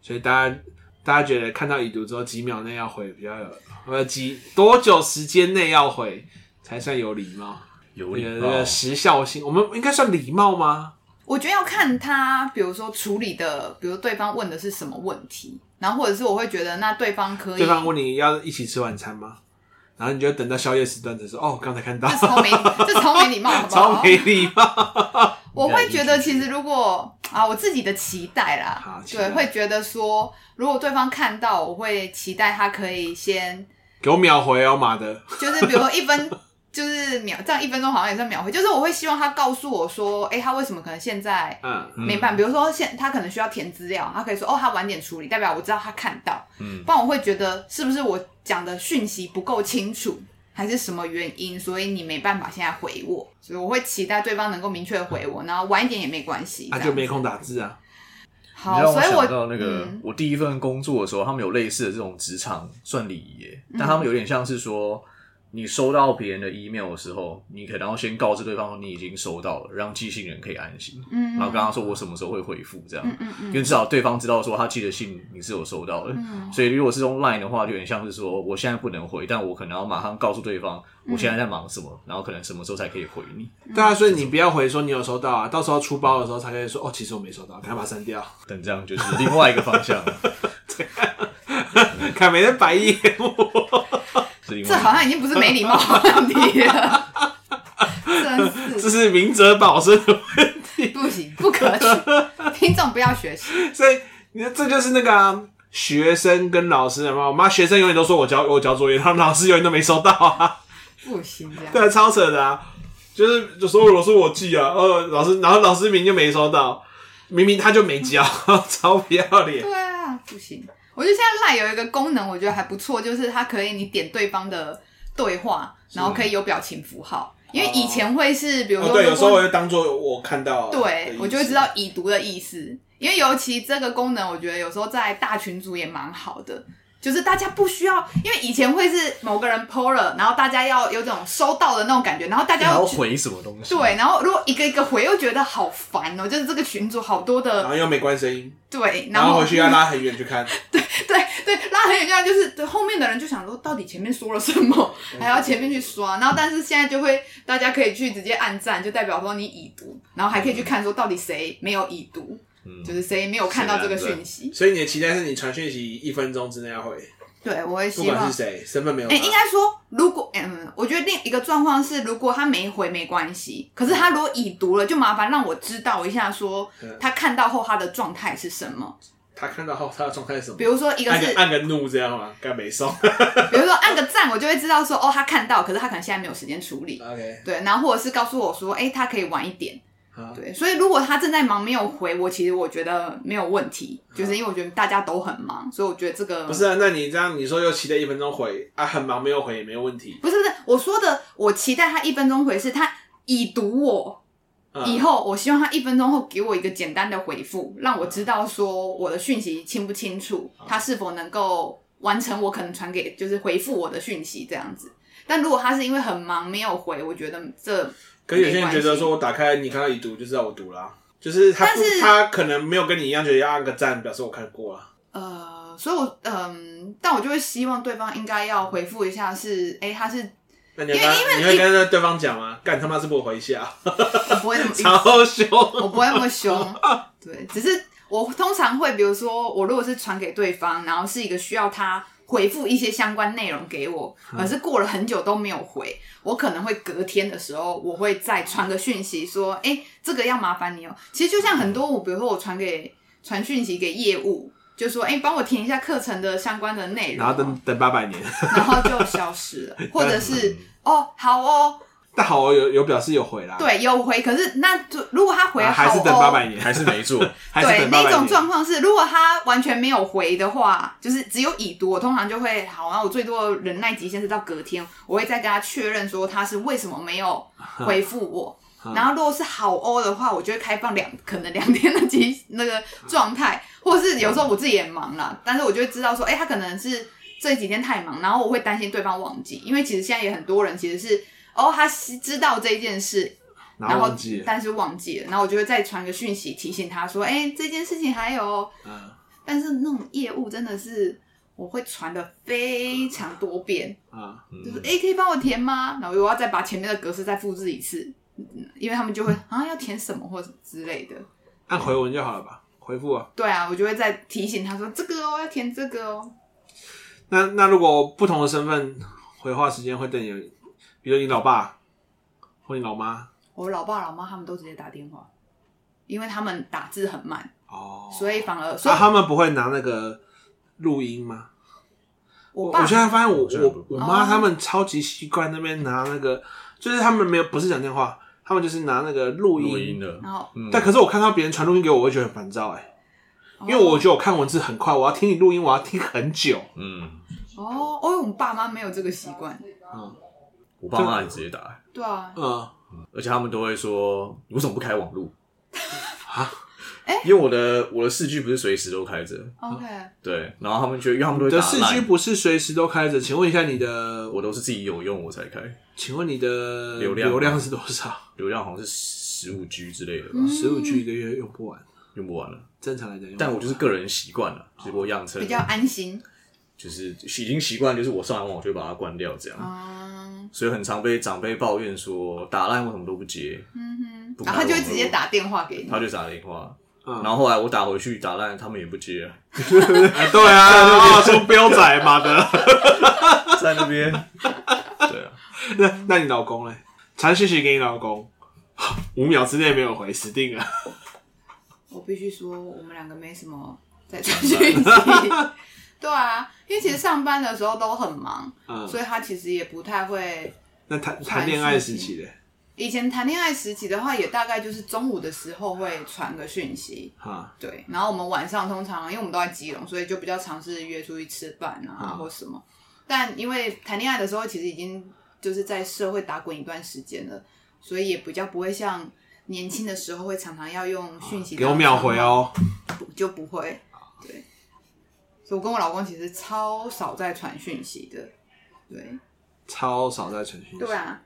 Speaker 2: 所以大家大家觉得看到已读之后几秒内要回比较有，呃几多久时间内要回才算有礼貌？
Speaker 1: 有
Speaker 2: 那
Speaker 1: 礼
Speaker 2: 个那
Speaker 1: 貌
Speaker 2: 个，时效性，我们应该算礼貌吗？
Speaker 3: 我觉得要看他，比如说处理的，比如对方问的是什么问题，然后或者是我会觉得那对方可以，
Speaker 2: 对方问你要一起吃晚餐吗？然后你就等到宵夜时段才说哦，刚才看 到
Speaker 3: 这，超没这超没礼貌，好不
Speaker 2: 超
Speaker 3: 好？
Speaker 2: 没礼貌。
Speaker 3: 我会觉得其实如果啊我自己的期待
Speaker 2: 好
Speaker 3: 啦，
Speaker 2: 期待
Speaker 3: 对，会觉得说如果对方看到，我会期待他可以先
Speaker 2: 给我秒回哦，妈的！
Speaker 3: 就是比如说一分，就是秒，这样一分钟好像也算秒回。就是我会希望他告诉我说，哎、他为什么可能现在
Speaker 2: 嗯，
Speaker 3: 没办法？比如说现他可能需要填资料，他可以说哦，他晚点处理，代表我知道他看到。
Speaker 1: 嗯
Speaker 3: 不然我会觉得是不是我讲的讯息不够清楚，还是什么原因，所以你没办法现在回我。所以我会期待对方能够明确地回我，然后晚一点也没关系。
Speaker 2: 他
Speaker 3: 这
Speaker 2: 就
Speaker 3: 样
Speaker 2: 没空打字啊。
Speaker 1: 你
Speaker 3: 好，
Speaker 1: 让
Speaker 3: 所
Speaker 1: 我
Speaker 3: 以我
Speaker 1: 想到那个、
Speaker 3: 嗯
Speaker 1: 我第一份工作的时候，他们有类似的这种职场算礼仪耶，
Speaker 3: 嗯
Speaker 1: 但他们有点像是说，你收到别人的 email 的时候，你可能要先告知对方你已经收到了，让寄信人可以安心，
Speaker 3: 嗯
Speaker 1: 然后跟他说我什么时候会回复这样。
Speaker 3: 嗯嗯
Speaker 1: 因
Speaker 3: 嗯
Speaker 1: 为至少对方知道说他寄的信你是有收到的，
Speaker 3: 嗯
Speaker 1: 所以如果是用 Line 的话，就有点像是说我现在不能回，但我可能要马上告诉对方
Speaker 3: 嗯
Speaker 1: 我现在在忙什么，然后可能什么时候才可以回你
Speaker 2: 对啊，所以你不要回说你有收到啊，到时候出包的时候才可以说哦，其实我没收到，赶快把它删掉。
Speaker 1: 等这样就是另外一个方向了，
Speaker 2: 看每天白眼我。
Speaker 1: 是另
Speaker 3: 这
Speaker 1: 外一
Speaker 3: 好
Speaker 1: 个
Speaker 3: 像已经不是没礼貌的问题了， 真
Speaker 2: 这
Speaker 3: 是
Speaker 2: 是明哲保身的问题，
Speaker 3: 不行，不可取，听众不要学习。
Speaker 2: 所以你看，这就是那个啊、学生跟老师的嘛。我妈学生永远都说我交我交作业，然后老师永远都没收到啊，
Speaker 3: 不行这样。
Speaker 2: 对啊，超扯的啊！就是就说我说我记啊，呃，老师，然后老师明明就没收到，明明他就没交， 超不要脸。
Speaker 3: 对啊，不行。我觉得现在赖有一个功能，我觉得还不错，就是它可以你点对方的对话，然后可以有表情符号。因为以前会是，比如说，如果
Speaker 2: 就当做我看到
Speaker 3: 对我就会知道已读的意思。因为尤其这个功能，我觉得有时候在大群组也蛮好的，就是大家不需要，因为以前会是某个人 PO 了，然后大家要有种收到的那种感觉，然后大
Speaker 1: 你还
Speaker 3: 家
Speaker 1: 要
Speaker 3: 又
Speaker 1: 回什么东西？啊
Speaker 3: 对，然后如果一个一个回，又觉得好烦哦、就是这个群组好多的
Speaker 2: 后又没关声音，
Speaker 3: 对，
Speaker 2: 拉很远去看。
Speaker 3: 对对，拉很远这样就是对后面的人就想说，到底前面说了什么，还要前面去刷。然后但是现在就会，大家可以去直接按赞，就代表说你已读，然后还可以去看说到底谁没有已读，
Speaker 1: 嗯
Speaker 3: 就是谁没有看到这个
Speaker 1: 谁按
Speaker 3: 讯息。
Speaker 2: 所以你的期待是你传讯息一分钟之内要回，
Speaker 3: 对，我会希望。
Speaker 2: 谁，身份没有
Speaker 3: 哎、应该说，如果嗯，我觉得另一个状况是，如果他没回没关系，可是他如果已读了，就麻烦让我知道一下，说
Speaker 2: 嗯
Speaker 3: 他看到后他的状态是什么。
Speaker 2: 他看到后他的状态是什么
Speaker 3: 比？如说，一
Speaker 2: 嗯
Speaker 3: 个
Speaker 2: 按
Speaker 3: 是
Speaker 2: 个按个怒这样吗？该没送。
Speaker 3: 比如说按个赞，我就会知道说，哦，他看到，可是他可能现在没有时间处理。
Speaker 2: OK，
Speaker 3: 对，然后或者是告诉我说，哎、他可以晚一点。
Speaker 2: 好，
Speaker 3: 对，所以如果他正在忙没有回我，其实我觉得没有问题，就是因为我觉得大家都很忙，所以我觉得这个
Speaker 2: 不是啊，那你这样你说又期待一分钟回啊，很忙没有回也没有问题。
Speaker 3: 不是不是我说的，我期待他一分钟回是他已读我。
Speaker 2: 嗯
Speaker 3: 以后我希望他一分钟后给我一个简单的回复，让我知道说我的讯息清不清楚，
Speaker 2: 嗯
Speaker 3: 他是否能够完成我可能传给就是回复我的讯息这样子。但如果他是因为很忙没有回，我觉得这
Speaker 2: 可是有些人觉
Speaker 3: 没关
Speaker 2: 得
Speaker 3: 系
Speaker 2: 说我打开你看到已读就知道我读啦、就是他不
Speaker 3: 但是
Speaker 2: 他可能没有跟你一样觉得要按个赞表示我看过了。啊
Speaker 3: 呃，所以我嗯，但我就会希望对方应该要回复一下是，哎、他是
Speaker 2: 那你要跟他你会跟那对方讲吗？干他妈是不回下，
Speaker 3: 我不会那 么
Speaker 2: 超凶。
Speaker 3: 我不会那么凶，对，只是我通常会，比如说我如果是传给对方，然后是一个需要他回复一些相关内容给我，可是过了很久都没有回，我可能会隔天的时候，我会再传个讯息说，哎、这个要麻烦你哦。其实就像很多我，比如说我传给传讯息给业务，就说，哎、帮我填一下课程的相关的内
Speaker 2: 然
Speaker 3: 容哦，
Speaker 2: 后等等八百年，
Speaker 3: 然后就消失了，或 者是
Speaker 2: 嗯
Speaker 3: 哦，好哦，
Speaker 2: 但好哦有有表示有回啦，
Speaker 3: 对，有回，可是那就如果他回
Speaker 2: 啊
Speaker 3: 好哦，
Speaker 2: 还是等八百年，
Speaker 1: 还是没 做，
Speaker 2: 还是
Speaker 3: 对，
Speaker 2: 等八
Speaker 3: 那
Speaker 2: 百
Speaker 3: 种
Speaker 2: 年。
Speaker 3: 状况是，如果他完全没有回的话，就是只有已读，我通常就会好，那我最多忍耐极限是到隔天，我会再跟他确认说他是为什么没 有回复我。然后如果是好欧的话，我就会开放两可能两天的极那个状态，或者是有时候我自己也忙啦，但是我就会知道说，哎、他可能是这几天太忙，然后我会担心对方忘记，因为其实现在也很多人其实是哦，他知道这件事，
Speaker 2: 然
Speaker 3: 然
Speaker 2: 后
Speaker 3: 后
Speaker 2: 忘记了，
Speaker 3: 但是忘记了，然后我就会再传个讯息提醒他说，哎、这件事情还有哦。
Speaker 2: 嗯
Speaker 3: 但是那种业务真的是我会传的非常多遍，
Speaker 2: 啊，
Speaker 3: 就是
Speaker 1: 嗯
Speaker 3: 哎、可以帮我填吗？然后我要再把前面的格式再复制一次，嗯因为他们就会啊要填什么或者之类的。
Speaker 2: 按回文就好了吧？回复啊。
Speaker 3: 对啊，我就会再提醒他说这个哦，要填这个哦。
Speaker 2: 那那如果不同的身份回话时间会对你有，比如你老爸或你老妈
Speaker 3: 我老爸老妈他们都直接打电话，因为他们打字很慢，
Speaker 2: 哦，
Speaker 3: 所以反而所
Speaker 2: 那
Speaker 3: 以
Speaker 2: 他们不会拿那个录音吗？
Speaker 3: 我
Speaker 2: 我
Speaker 3: 爸
Speaker 2: 我现在发现我
Speaker 1: 好像不
Speaker 2: 我
Speaker 1: 会
Speaker 2: 我妈
Speaker 3: 哦
Speaker 2: 他们超级习惯那边拿那个，就是他们没有不是讲电话，他们就是拿那个录
Speaker 1: 录
Speaker 2: 音
Speaker 1: 音。的，
Speaker 3: 然后
Speaker 1: 嗯
Speaker 2: 但可是我看到别人传录音给我，我会觉得很烦躁哎、
Speaker 3: 哦
Speaker 2: 因为我觉得我看文字很快，我要听你录音，我要听很久。
Speaker 1: 嗯，
Speaker 3: 哦，哦，因为我们爸妈没有这个习惯，
Speaker 2: 嗯
Speaker 1: 我爸妈也直接打，
Speaker 3: 对啊，
Speaker 2: 嗯，
Speaker 1: 而且他们都会说你为什么不开网 路
Speaker 2: 啊？
Speaker 3: 哎
Speaker 1: 因为我的我的视距不是随时都开着，
Speaker 3: OK，
Speaker 1: 对，然后他们觉得，因为他们都
Speaker 2: 你
Speaker 1: 会打
Speaker 2: 的四 G
Speaker 1: line，
Speaker 2: 不是随时都开着？请问一下你的，
Speaker 1: 我都是自己有用我才开，
Speaker 2: 请问你的
Speaker 1: 流量
Speaker 2: 流量是多少？
Speaker 1: 流量好像是十五 G 之类的吧，
Speaker 3: 嗯
Speaker 2: 十五 G 一个月用不完，
Speaker 1: 用不完了。
Speaker 2: 正常来讲用不完。
Speaker 1: 但我就是个人习惯了，就是我养成
Speaker 3: 比较安心
Speaker 1: 就是已经习惯，就是我上完网我就把它关掉这样，
Speaker 3: 嗯
Speaker 1: 所以很常被长辈抱怨说打 line 为什么都不接，
Speaker 3: 嗯
Speaker 1: 不
Speaker 3: 哼，
Speaker 1: 敢
Speaker 3: 然后他就会直接打电话给你
Speaker 1: 他。就打电话，
Speaker 2: 嗯
Speaker 1: 然后后来我打回去打 line 他们也不接 啊，
Speaker 2: 哎对啊，啊说彪仔妈的。
Speaker 1: 在那边，对啊，
Speaker 2: 那那你老公嘞？传讯息给你老公， 五秒之内没有回，死定了。
Speaker 3: 我必须说，我们两个没什么在传讯息。对啊，因为其实上班的时候都很忙，
Speaker 2: 嗯，
Speaker 3: 所以他其实也不太会。
Speaker 2: 那谈谈恋爱时期嘞，
Speaker 3: 以前谈恋爱时期的话，也大概就是中午的时候会传个讯息，
Speaker 2: 哈，
Speaker 3: 对。然后我们晚上通常，因为我们都在基隆，所以就比较尝试约出去吃饭啊，
Speaker 2: 嗯
Speaker 3: 或什么。但因为谈恋爱的时候，其实已经就是在社会打滚一段时间了，所以也比较不会像年轻的时候会常常要用讯息
Speaker 2: 啊给我秒回哦。啊
Speaker 3: 就不会。对，所以我跟我老公其实超少在传讯息的。对，
Speaker 2: 超少在传讯息。
Speaker 3: 对啊，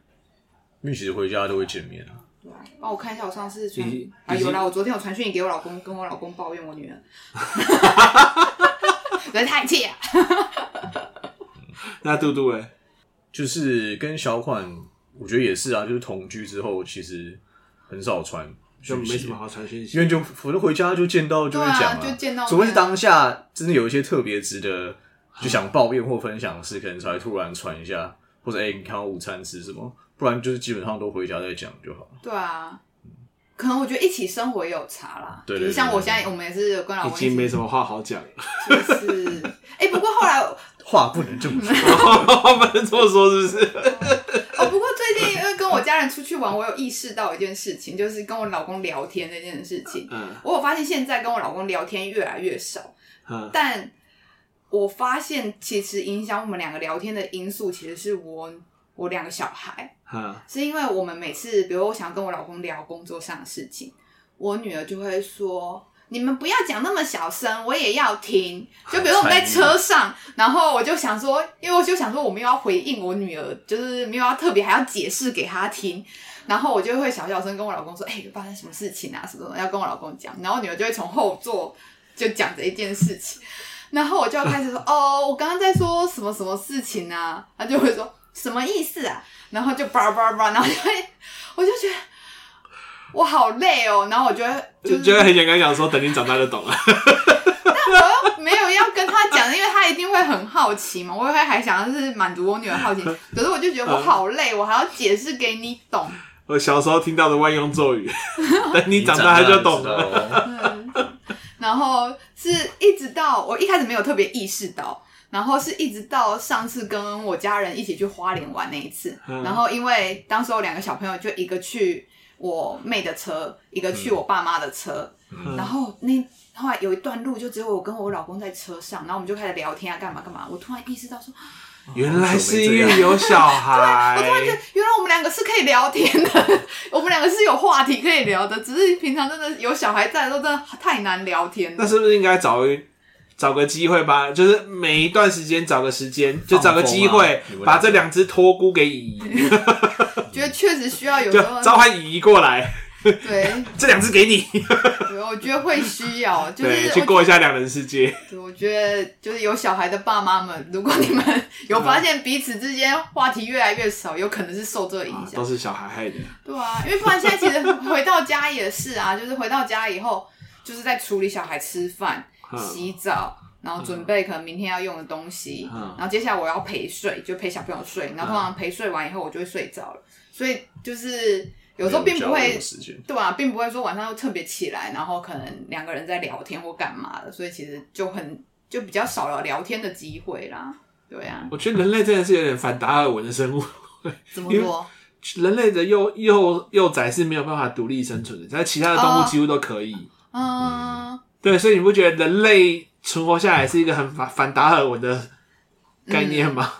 Speaker 1: 因为其实回家都会见面啊，
Speaker 3: 对啊。帮我看一下，我上次传
Speaker 2: 已经
Speaker 3: 啊
Speaker 2: 已经
Speaker 3: 有啦，我昨天有传讯息给我老公，跟我老公抱怨我 女儿， 人太气啊。
Speaker 2: 那杜杜嘞，
Speaker 1: 就是跟小款，我觉得也是啊，就是同居之后其实很少传，
Speaker 2: 就没什么。好传讯息
Speaker 1: 因。为就反正回家就见到就会讲
Speaker 3: 对啊就见到面
Speaker 1: 除非是当下真的有一些特别值得就想抱怨或分享的事，可能才会突然传一下，或者哎、欸你看我午餐吃什么，不然就是基本上都回家再讲就好。
Speaker 3: 对啊。可能我觉得一起生活也有差啦，
Speaker 1: 对
Speaker 3: 就
Speaker 1: 对
Speaker 3: 是像
Speaker 1: 对
Speaker 3: 我
Speaker 1: 对
Speaker 3: 现在，我们也是有跟老
Speaker 2: 已
Speaker 3: 公一
Speaker 2: 经没
Speaker 3: 起，
Speaker 2: 什么话好讲了，
Speaker 3: 就是， 哎、不过后来
Speaker 1: 话不能这么说，
Speaker 2: 我不能这么说，是不是？
Speaker 3: 哦，不过最近因为跟我家人出去玩，我有意识到一件事情，就是跟我老公聊天这件事情。
Speaker 2: 嗯
Speaker 3: 我有发现现在跟我老公聊天越来越少，
Speaker 2: 嗯，
Speaker 3: 但我发现其实影响我们两个聊天的因素，其实是我我两个小孩，
Speaker 2: 嗯
Speaker 3: 是因为我们每次，比如我想跟我老公聊工作上的事情，我女儿就会说。你们不要讲那么小声，我也要听。就比如我们在车上，然后我就想说，因为我就想说，我没有要回应我女儿，就是没有要特别还要解释给她听。然后我就会小小声跟我老公说：“哎、发生什么事情啊？什么什么要跟我老公讲。”然后女儿就会从后座就讲着一件事情，然后我就要开始 说，哦，我刚刚在说什么什么事情啊？他就会说什么意思啊？然后就叭叭叭，然后就会，我就觉得我好累哦，然后我觉得就
Speaker 2: 就会很想跟他讲说，等你长大就懂了。
Speaker 3: 没有要跟他讲，因为他一定会很好奇嘛，我也会还想要是满足我女儿 好奇，可是我就觉得我好累，我还要解释给你懂。
Speaker 2: 我小时候听到的万用咒 语，等 你长大就懂了。
Speaker 1: 了。
Speaker 3: 然后是一直到我一开始没有特别意识到，然后是一直到上次跟我家人一起去花莲玩那一次，
Speaker 2: 嗯
Speaker 3: 然后因为当时候两个小朋友就一个去我妹的车，一个去我爸妈的车，
Speaker 2: 嗯
Speaker 3: 然后那后来有一段路就只有我跟我老公在车上，然后我们就开始聊天啊，干嘛干嘛，我突然意识到说，
Speaker 2: 原来是因为有小孩，
Speaker 3: 我突然觉得原来我们两个是可以聊天的， 我们两个是有话题可以聊的，只是平常真的有小孩在的时候真的太难聊天
Speaker 2: 那
Speaker 3: 了。
Speaker 2: 是不是应该找一找个机会吧？就是每一段时间找个时间，就找个机
Speaker 1: 放风
Speaker 2: 会
Speaker 1: 啊你们
Speaker 2: 把这两只托孤给姨姨，
Speaker 3: 觉得确实需要有
Speaker 2: 就
Speaker 3: 时候
Speaker 2: 召唤姨姨过来，
Speaker 3: 对
Speaker 2: 这两只给你，
Speaker 3: 对，我觉得会需要，就是
Speaker 2: 对，
Speaker 3: 我
Speaker 2: 去过一下两人世界。
Speaker 3: 对我觉得就是有小孩的爸妈们，如果你们 有
Speaker 2: 嗯
Speaker 3: 发现彼此之间话题越来越少，有可能是受这个影
Speaker 2: 啊
Speaker 3: 响。
Speaker 2: 都是小孩害的，
Speaker 3: 对啊，因为不然现在其实回到家也是啊，就是回到家以后，就是在处理小孩吃饭、
Speaker 2: 嗯
Speaker 3: 洗澡。然后准备可能明天要用的东西，
Speaker 2: 嗯
Speaker 3: 然后接下来我要陪睡，就陪小朋友睡。然后通常陪睡完以后，我就会睡着了。所以就是有时候并
Speaker 1: 没
Speaker 3: 不会
Speaker 1: 有时间
Speaker 3: 对啊，并不会说晚上又特别起来，然后可能两个人在聊天或干嘛的，所以其实就很就比较少了聊天的机会啦。对啊，
Speaker 2: 我觉得人类真的是有点反达尔文的生物。
Speaker 3: 怎么说？
Speaker 2: 人类的幼幼幼崽是没有办法独立生存的，但其他的动物
Speaker 3: 哦
Speaker 2: 几乎都可以。
Speaker 3: 嗯，
Speaker 2: 对，所以你不觉得人类存活下来是一个很反反达尔文的概念吗？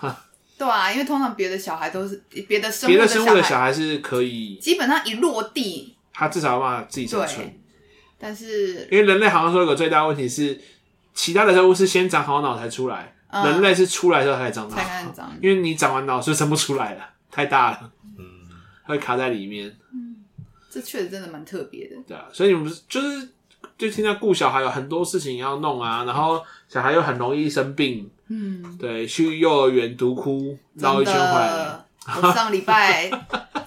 Speaker 3: 对啊，因为通常别的小孩都是别的生物
Speaker 2: 别的
Speaker 3: 的
Speaker 2: 生
Speaker 3: 小
Speaker 2: 物的
Speaker 3: 孩，
Speaker 2: 小孩是可以，
Speaker 3: 基本上一落地，
Speaker 2: 他至少有办法自己生存。
Speaker 3: 对但是
Speaker 2: 因为人类好像说有个最大问题是，其他的生物是先长好脑才出来，
Speaker 3: 嗯
Speaker 2: 人类是出来之后才长脑
Speaker 3: 才，开始长。
Speaker 2: 因为你长完脑是生不出来了，太大了，
Speaker 1: 嗯，
Speaker 2: 会卡在里面，
Speaker 3: 这确实真的蛮特别的。
Speaker 2: 对啊，所以你们不是就是就听到顾小孩有很多事情要弄啊，然后小孩又很容易生病，
Speaker 3: 嗯，
Speaker 2: 对，去幼儿园独哭绕
Speaker 3: 真
Speaker 2: 一圈回来，
Speaker 3: 的，我上礼拜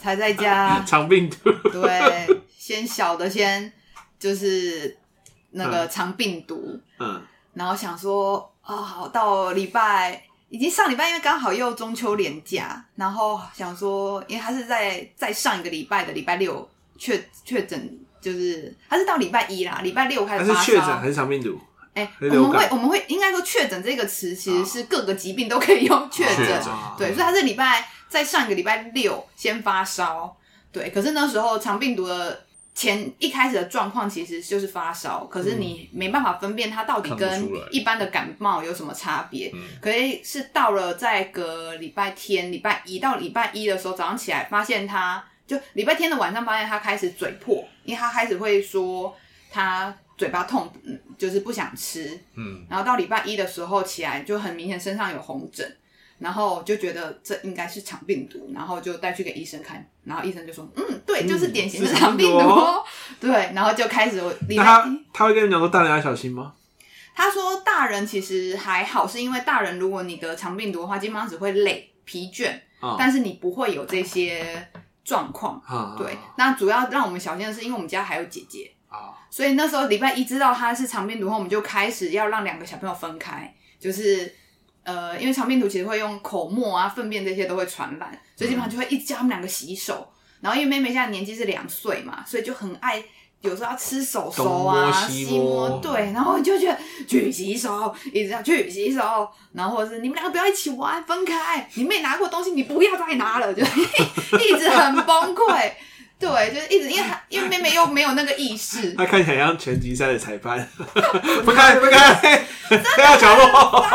Speaker 3: 才在家
Speaker 2: 长病毒，
Speaker 3: 对，先小的先就是那个肠病毒，
Speaker 2: 嗯
Speaker 3: 然后想说啊、好到礼拜已经上礼拜，因为刚好又中秋连假，然后想说，因为他是在在上一个礼拜的礼拜六确确诊，就是他是到礼拜一啦，礼拜六开
Speaker 2: 他
Speaker 3: 始
Speaker 2: 是
Speaker 3: 发
Speaker 2: 确诊
Speaker 3: 烧
Speaker 2: 还。是长病毒？
Speaker 3: 哎、
Speaker 2: 还是
Speaker 3: 我
Speaker 2: 流
Speaker 3: 们会
Speaker 2: 感
Speaker 3: 我们会应该说确诊这个词其
Speaker 2: 啊
Speaker 3: 实是各个疾病都可以用确
Speaker 2: 哦
Speaker 1: 确
Speaker 3: 诊
Speaker 1: 诊，
Speaker 3: 对，所以他这礼拜在上一个礼拜六先发烧，对，可是那时候肠病毒的前一开始的状况其实就是发烧，可是你没办法分辨它到底
Speaker 1: 看
Speaker 3: 跟
Speaker 1: 不出来
Speaker 3: 一般的感冒有什么差别。
Speaker 1: 嗯
Speaker 3: 可是是到了在隔礼拜天、礼拜一到礼拜一的时候，早上起来发现他就礼拜天的晚上发现他开始嘴破，因为他开始会说他嘴巴痛，嗯就是不想吃，
Speaker 1: 嗯，
Speaker 3: 然后到礼拜一的时候起来，就很明显身上有红疹，然后就觉得这应该是肠病毒，然后就带去给医生看，然后医生就说，嗯，对，就是典型的
Speaker 2: 是
Speaker 3: 肠病毒
Speaker 2: 肠病毒
Speaker 3: 哦
Speaker 2: 哦，
Speaker 3: 对，然后就开始我礼
Speaker 2: 那
Speaker 3: 拜
Speaker 2: 他
Speaker 3: 一，
Speaker 2: 他会跟你讲说大人要小心吗？
Speaker 3: 他说大人其实还好，是因为大人如果你得肠病毒的话，基本上只会累、疲倦，
Speaker 2: 啊、
Speaker 3: 但是你不会有这些状况。
Speaker 2: 啊，
Speaker 3: 对，那主要让我们小心的是，因为我们家还有姐姐，
Speaker 2: 啊，
Speaker 3: 所以那时候礼拜一知道他是肠病毒后，我们就开始要让两个小朋友分开，就是呃，因为肠病毒其实会用口沫啊、粪便这些都会传染，所以基本上就会一直叫他们两个洗
Speaker 2: 嗯
Speaker 3: 手。然后因为妹妹现在年纪是两岁嘛，所以就很爱。有时候要吃手手
Speaker 2: 东
Speaker 3: 啊，
Speaker 2: 摸西摸
Speaker 3: 对，然后你就觉得去洗手，一直要去洗手，然后或者是你们两个不要一起玩，分开，你妹拿过东西，你不要再 拿了，就一直很崩溃，对，就是一直因为她因为妹妹又没有那个意识，
Speaker 2: 他看起来像拳击赛的裁 判，不开不开， 不要角落，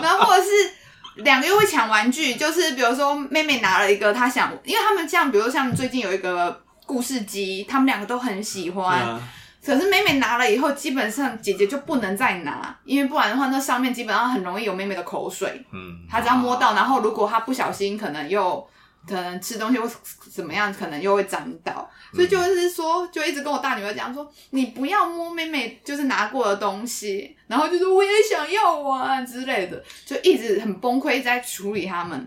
Speaker 3: 然后或者是两个又会抢玩具，就是比如说妹妹拿了一个，她想，因为他们像，比如像最近有一个故事机，他们两个都很喜欢。
Speaker 2: 嗯
Speaker 3: 可是妹妹拿了以后，基本上姐姐就不能再拿，因为不然的话，那上面基本上很容易有妹妹的口水。
Speaker 1: 嗯，
Speaker 3: 她只要摸到，然后如果她不小心，可能又可能吃东西或怎么样，可能又会沾到，
Speaker 2: 嗯
Speaker 3: 所以就是说，就一直跟我大女儿讲说，你不要摸妹妹就是拿过的东西，然后就是我也想要啊之类的，就一直很崩溃，一直在处理他们。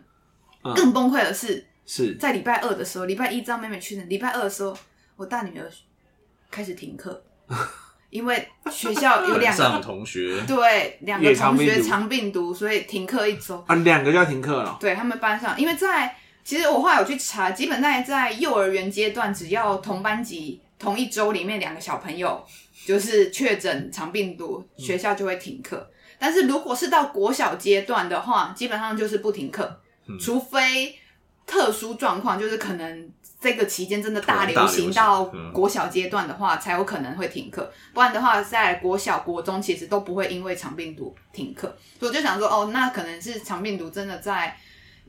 Speaker 2: 嗯
Speaker 3: 更崩溃的是，
Speaker 2: 是
Speaker 3: 在礼拜二的时候，礼拜一知道妹妹去了，礼拜二的时候，我大女儿开始停课，因为学校有 两
Speaker 1: 班上
Speaker 3: 个
Speaker 1: 同学
Speaker 3: 对两个
Speaker 2: 也藏
Speaker 3: 同
Speaker 2: 病
Speaker 3: 学
Speaker 2: 毒
Speaker 3: 长病毒，所以停课一周。
Speaker 2: 啊，两个就要停课了。
Speaker 3: 对他们班上，因为在其实我后来有去查，基本在在幼儿园阶段，只要同班级同一周里面两个小朋友就是确诊肠病毒，学校就会停课。嗯但是如果是到国小阶段的话，基本上就是不停课，
Speaker 1: 嗯
Speaker 3: 除非特殊状况，就是可能这个期间真的大
Speaker 1: 突然
Speaker 3: 流
Speaker 1: 大
Speaker 3: 行
Speaker 1: 流行
Speaker 3: 到
Speaker 1: 嗯
Speaker 3: 国小阶段的话，才有可能会停课。不然的话，在国小、国中其实都不会因为肠病毒停课。所以我就想说，哦，那可能是肠病毒真的在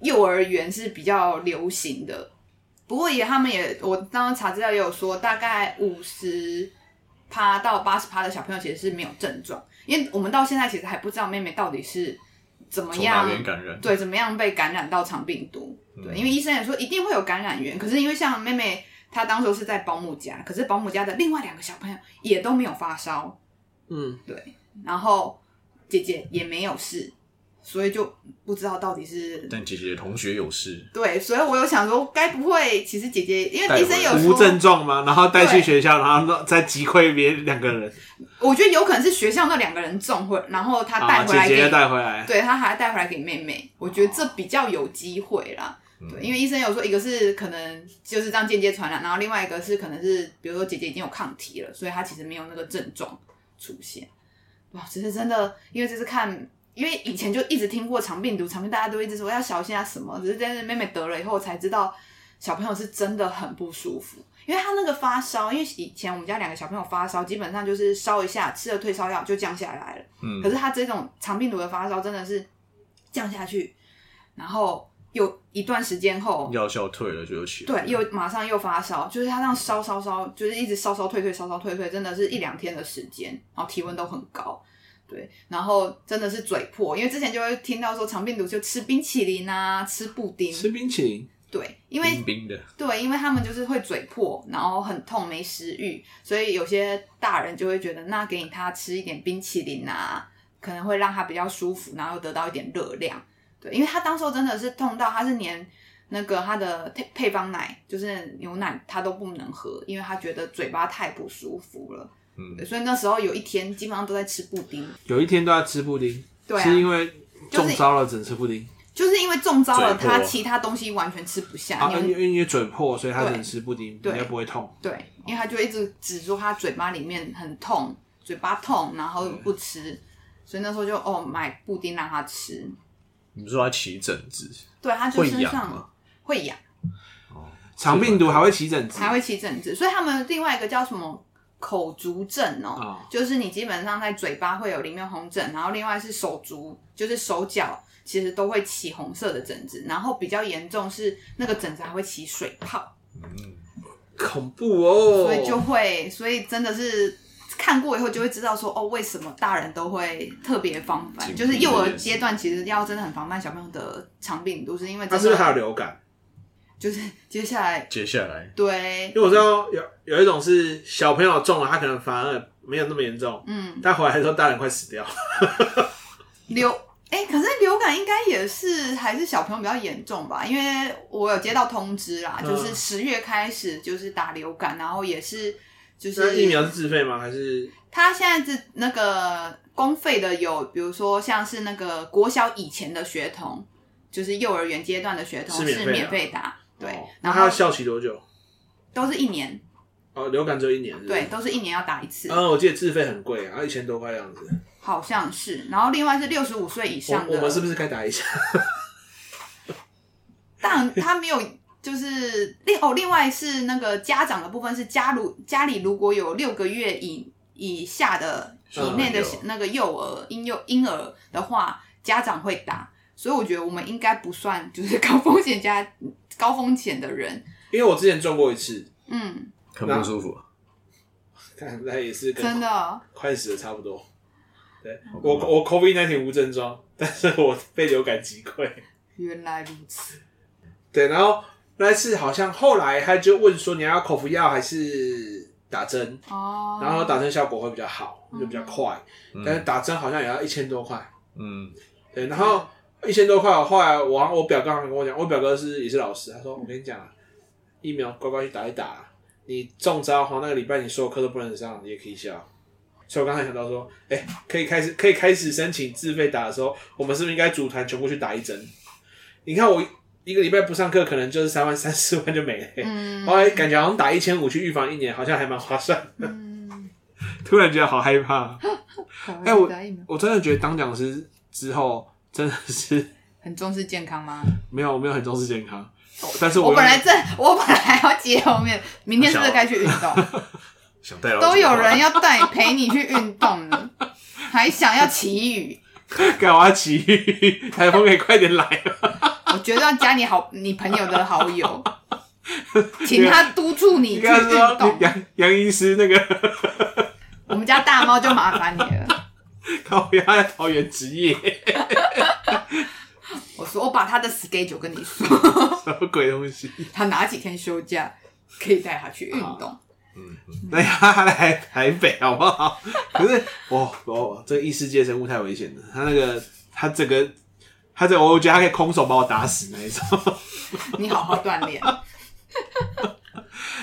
Speaker 3: 幼儿园是比较流行的。不过也他们也，我当时查资料也有说，大概五十趴到八十趴的小朋友其实是没有症状，因为我们到现在其实还不知道妹妹到底是怎么
Speaker 1: 从哪
Speaker 3: 样
Speaker 1: 边感染？
Speaker 3: 对，怎么样被感染到肠病毒？对，
Speaker 1: 嗯
Speaker 3: 因为医生也说一定会有感染源，可是因为像妹妹她当时候是在保姆家，可是保姆家的另外两个小朋友也都没有发烧，
Speaker 2: 嗯，
Speaker 3: 然后姐姐也没有事，所以就不知道到底是。
Speaker 1: 但姐姐的同学有事，
Speaker 3: 对，所以我有想说，该不会其实姐姐，因为医生有
Speaker 2: 无
Speaker 3: 说，
Speaker 2: 症状吗？然后带去
Speaker 3: 对
Speaker 2: 学校，然后再击溃别两个人，
Speaker 3: 我觉得有可能是学校那两个人中会，然后她带
Speaker 2: 啊，
Speaker 3: 回来
Speaker 2: 姐姐
Speaker 3: 给
Speaker 2: 要带回来。
Speaker 3: 对他还带回来给妹妹，我觉得这比较有机会啦。
Speaker 2: 嗯
Speaker 3: 对，因为医生有说，一个是可能就是这样间接传染，然后另外一个是可能是，比如说姐姐已经有抗体了，所以她其实没有那个症状出现。哇，只是真的，因为这是看，因为以前就一直听过肠病毒，肠病大家都一直说要小心啊什么，只是但是妹妹得了以后我才知道，小朋友是真的很不舒服，因为她那个发烧，因为以前我们家两个小朋友发烧，基本上就是烧一下，吃了退烧药就降下来了。
Speaker 1: 嗯
Speaker 3: 可，是他这种肠病毒的发烧真的是降下去，然后又一段时间后，
Speaker 1: 药效退了就有起来。
Speaker 3: 哦对，又马上又发烧，就是他这样烧烧烧，就是一直烧烧退退烧烧退退，真的是一两天的时间，然后体温都很高。对，然后真的是嘴破，因为之前就会听到说肠病毒就吃冰淇淋啊，吃布丁，
Speaker 2: 吃冰淇淋，
Speaker 3: 对，因为
Speaker 1: 冰冰的，
Speaker 3: 对，因为他们就是会嘴破，然后很痛，没食欲，所以有些大人就会觉得，那给你他吃一点冰淇淋啊，可能会让他比较舒服，然后又得到一点热量。对，因为他当时候真的是痛到，他是连那个他的配配方奶，就是牛奶，他都不能喝，因为他觉得嘴巴太不舒服了。
Speaker 1: 嗯
Speaker 3: 对，所以那时候有一天基本上都在吃布丁。
Speaker 2: 有一天都要吃布丁，
Speaker 3: 对啊
Speaker 2: 是因为
Speaker 3: 就是
Speaker 2: 中招了，只能吃布丁
Speaker 3: 就是因为中招了，
Speaker 1: 嘴破
Speaker 3: 他其他东西完全吃不下，
Speaker 2: 啊，
Speaker 3: 牛
Speaker 2: 因为因为嘴破，所以他只能
Speaker 3: 对
Speaker 2: 吃布丁，比
Speaker 3: 对
Speaker 2: 较不会痛。
Speaker 3: 对，因为他就一直指出他嘴巴里面很痛，嘴巴痛，然后不吃，所以那时候就哦买布丁让他吃。
Speaker 1: 你不是说他起疹子，
Speaker 3: 对，他就
Speaker 1: 会
Speaker 3: 身
Speaker 1: 痒
Speaker 3: 上
Speaker 1: 吗
Speaker 3: 会痒，
Speaker 2: 肠病毒还会起疹子
Speaker 3: 才会起疹子，所以他们另外一个叫什么口足症哦，
Speaker 2: 啊，
Speaker 3: 就是你基本上在嘴巴会有里面红疹，然后另外是手足，就是手脚其实都会起红色的疹子，然后比较严重是那个疹子还会起水泡，
Speaker 1: 嗯，
Speaker 2: 恐怖哦。
Speaker 3: 所以就会，所以真的是看过以后就会知道说，哦，为什么大人都会特别防范，
Speaker 1: 警
Speaker 3: 就是
Speaker 1: 惕
Speaker 3: 幼
Speaker 1: 这
Speaker 3: 儿
Speaker 1: 件事
Speaker 3: 阶段其实要真的很防范小朋友的肠病毒，是因为
Speaker 2: 他
Speaker 3: 真
Speaker 2: 是不是还有
Speaker 3: 的
Speaker 2: 流感？
Speaker 3: 就是接下来
Speaker 1: 接下来
Speaker 3: 对
Speaker 2: 因，为我知道有有一种是小朋友中了，他可能反而没有那么严重，
Speaker 3: 嗯，
Speaker 2: 但回来的时候大人快死掉。
Speaker 3: 流哎、可是流感应该也是还是小朋友比较严重吧，因为我有接到通知啦，
Speaker 2: 嗯
Speaker 3: 就是十月开始就是打流感，然后也是就
Speaker 2: 那
Speaker 3: 是
Speaker 2: 疫苗是自费吗？还是
Speaker 3: 他现在是那个公费的有，比如说像是那个国小以前的学童，就是幼儿园阶段的学
Speaker 2: 是
Speaker 3: 童
Speaker 2: 免
Speaker 3: 是
Speaker 2: 费的
Speaker 3: 免费打，对，
Speaker 2: 哦那他
Speaker 3: 然
Speaker 2: 要
Speaker 3: 后
Speaker 2: 效期多久？
Speaker 3: 都是一年，
Speaker 2: 哦，流感只有一年，是不是
Speaker 3: 对，。都是一年要打一次，
Speaker 2: 嗯，我记得自费很贵啊，一千多块样子。
Speaker 3: 好像是。然后另外是六十五岁以
Speaker 2: 我
Speaker 3: 上的，
Speaker 2: 我们是不是该打一下？
Speaker 3: 但他没有，就是另哦，另外是那个家长的部分是家如家里如果有六个月以以下的
Speaker 1: 小
Speaker 3: 以
Speaker 1: 朋
Speaker 3: 内的
Speaker 1: 友
Speaker 3: 小那个幼儿婴幼婴儿的话，家长会打，所以我觉得我们应该不算就是高风险家高风险的人，
Speaker 2: 因为我之前中过一次，
Speaker 3: 嗯，
Speaker 1: 很不舒服，
Speaker 2: 看那也是跟
Speaker 3: 真的
Speaker 2: 快死的差不多。对
Speaker 1: 好
Speaker 2: 我
Speaker 1: 吧
Speaker 2: 我 COVID 那天无症状，但是我被流感击溃。
Speaker 3: 原来如此，
Speaker 2: 对，然后那一次好像后来他就问说你要口服药还是打针，
Speaker 3: 哦，
Speaker 2: 然后打针效果会比较好，就比较快，但是打针好像也要一千多块，
Speaker 1: 嗯，
Speaker 2: 对，然后一千多块，后来我我表哥好像跟我讲，我表哥是也是老师，他说我跟你讲啊，疫苗乖乖去打一打啊，你中招哈，那个礼拜你所有课都不能上，你也可以消。所以我刚才想到说，哎、可以开始可以开始申请自费打的时候，我们是不是应该组团全部去打一针？你看我一个礼拜不上课，可能就是三万 三四万就没了、
Speaker 3: 嗯
Speaker 2: 后来感觉好像打一千五去预防一年，好像还蛮划算。
Speaker 3: 嗯，
Speaker 2: 突然觉得好害怕。哎我
Speaker 3: 打疫苗
Speaker 2: 我真的觉得当讲师之后真的是
Speaker 3: 很重视健康吗？
Speaker 2: 没有，我没有很重视健康，哦但是我
Speaker 3: 我
Speaker 2: 又
Speaker 3: 本来这我本来要接后面，明天是不是该去运动？
Speaker 1: 想带到
Speaker 3: 都有人
Speaker 1: 要
Speaker 3: 要带陪你去运动了，还想要祈雨，
Speaker 2: 干嘛奇遇，台风可以快点来了。
Speaker 3: 我觉得要加你好你朋友的好友，请他督促你
Speaker 2: 你
Speaker 3: 去
Speaker 2: 刚
Speaker 3: 运
Speaker 2: 刚说
Speaker 3: 动。
Speaker 2: 杨杨医师那个
Speaker 3: 我们家大猫就麻烦你了。
Speaker 2: 高压在桃园职业，
Speaker 3: 我说我把他的 schedule 跟你说，
Speaker 2: 什么鬼东西？
Speaker 3: 他哪几天休假可以带他去运动。
Speaker 2: 那他来台北好不好？可是我我这个异世界生物太危险了，他那个他整个他这我觉得他可以空手把我打死那一种。
Speaker 3: 你好好锻炼，
Speaker 2: 啊，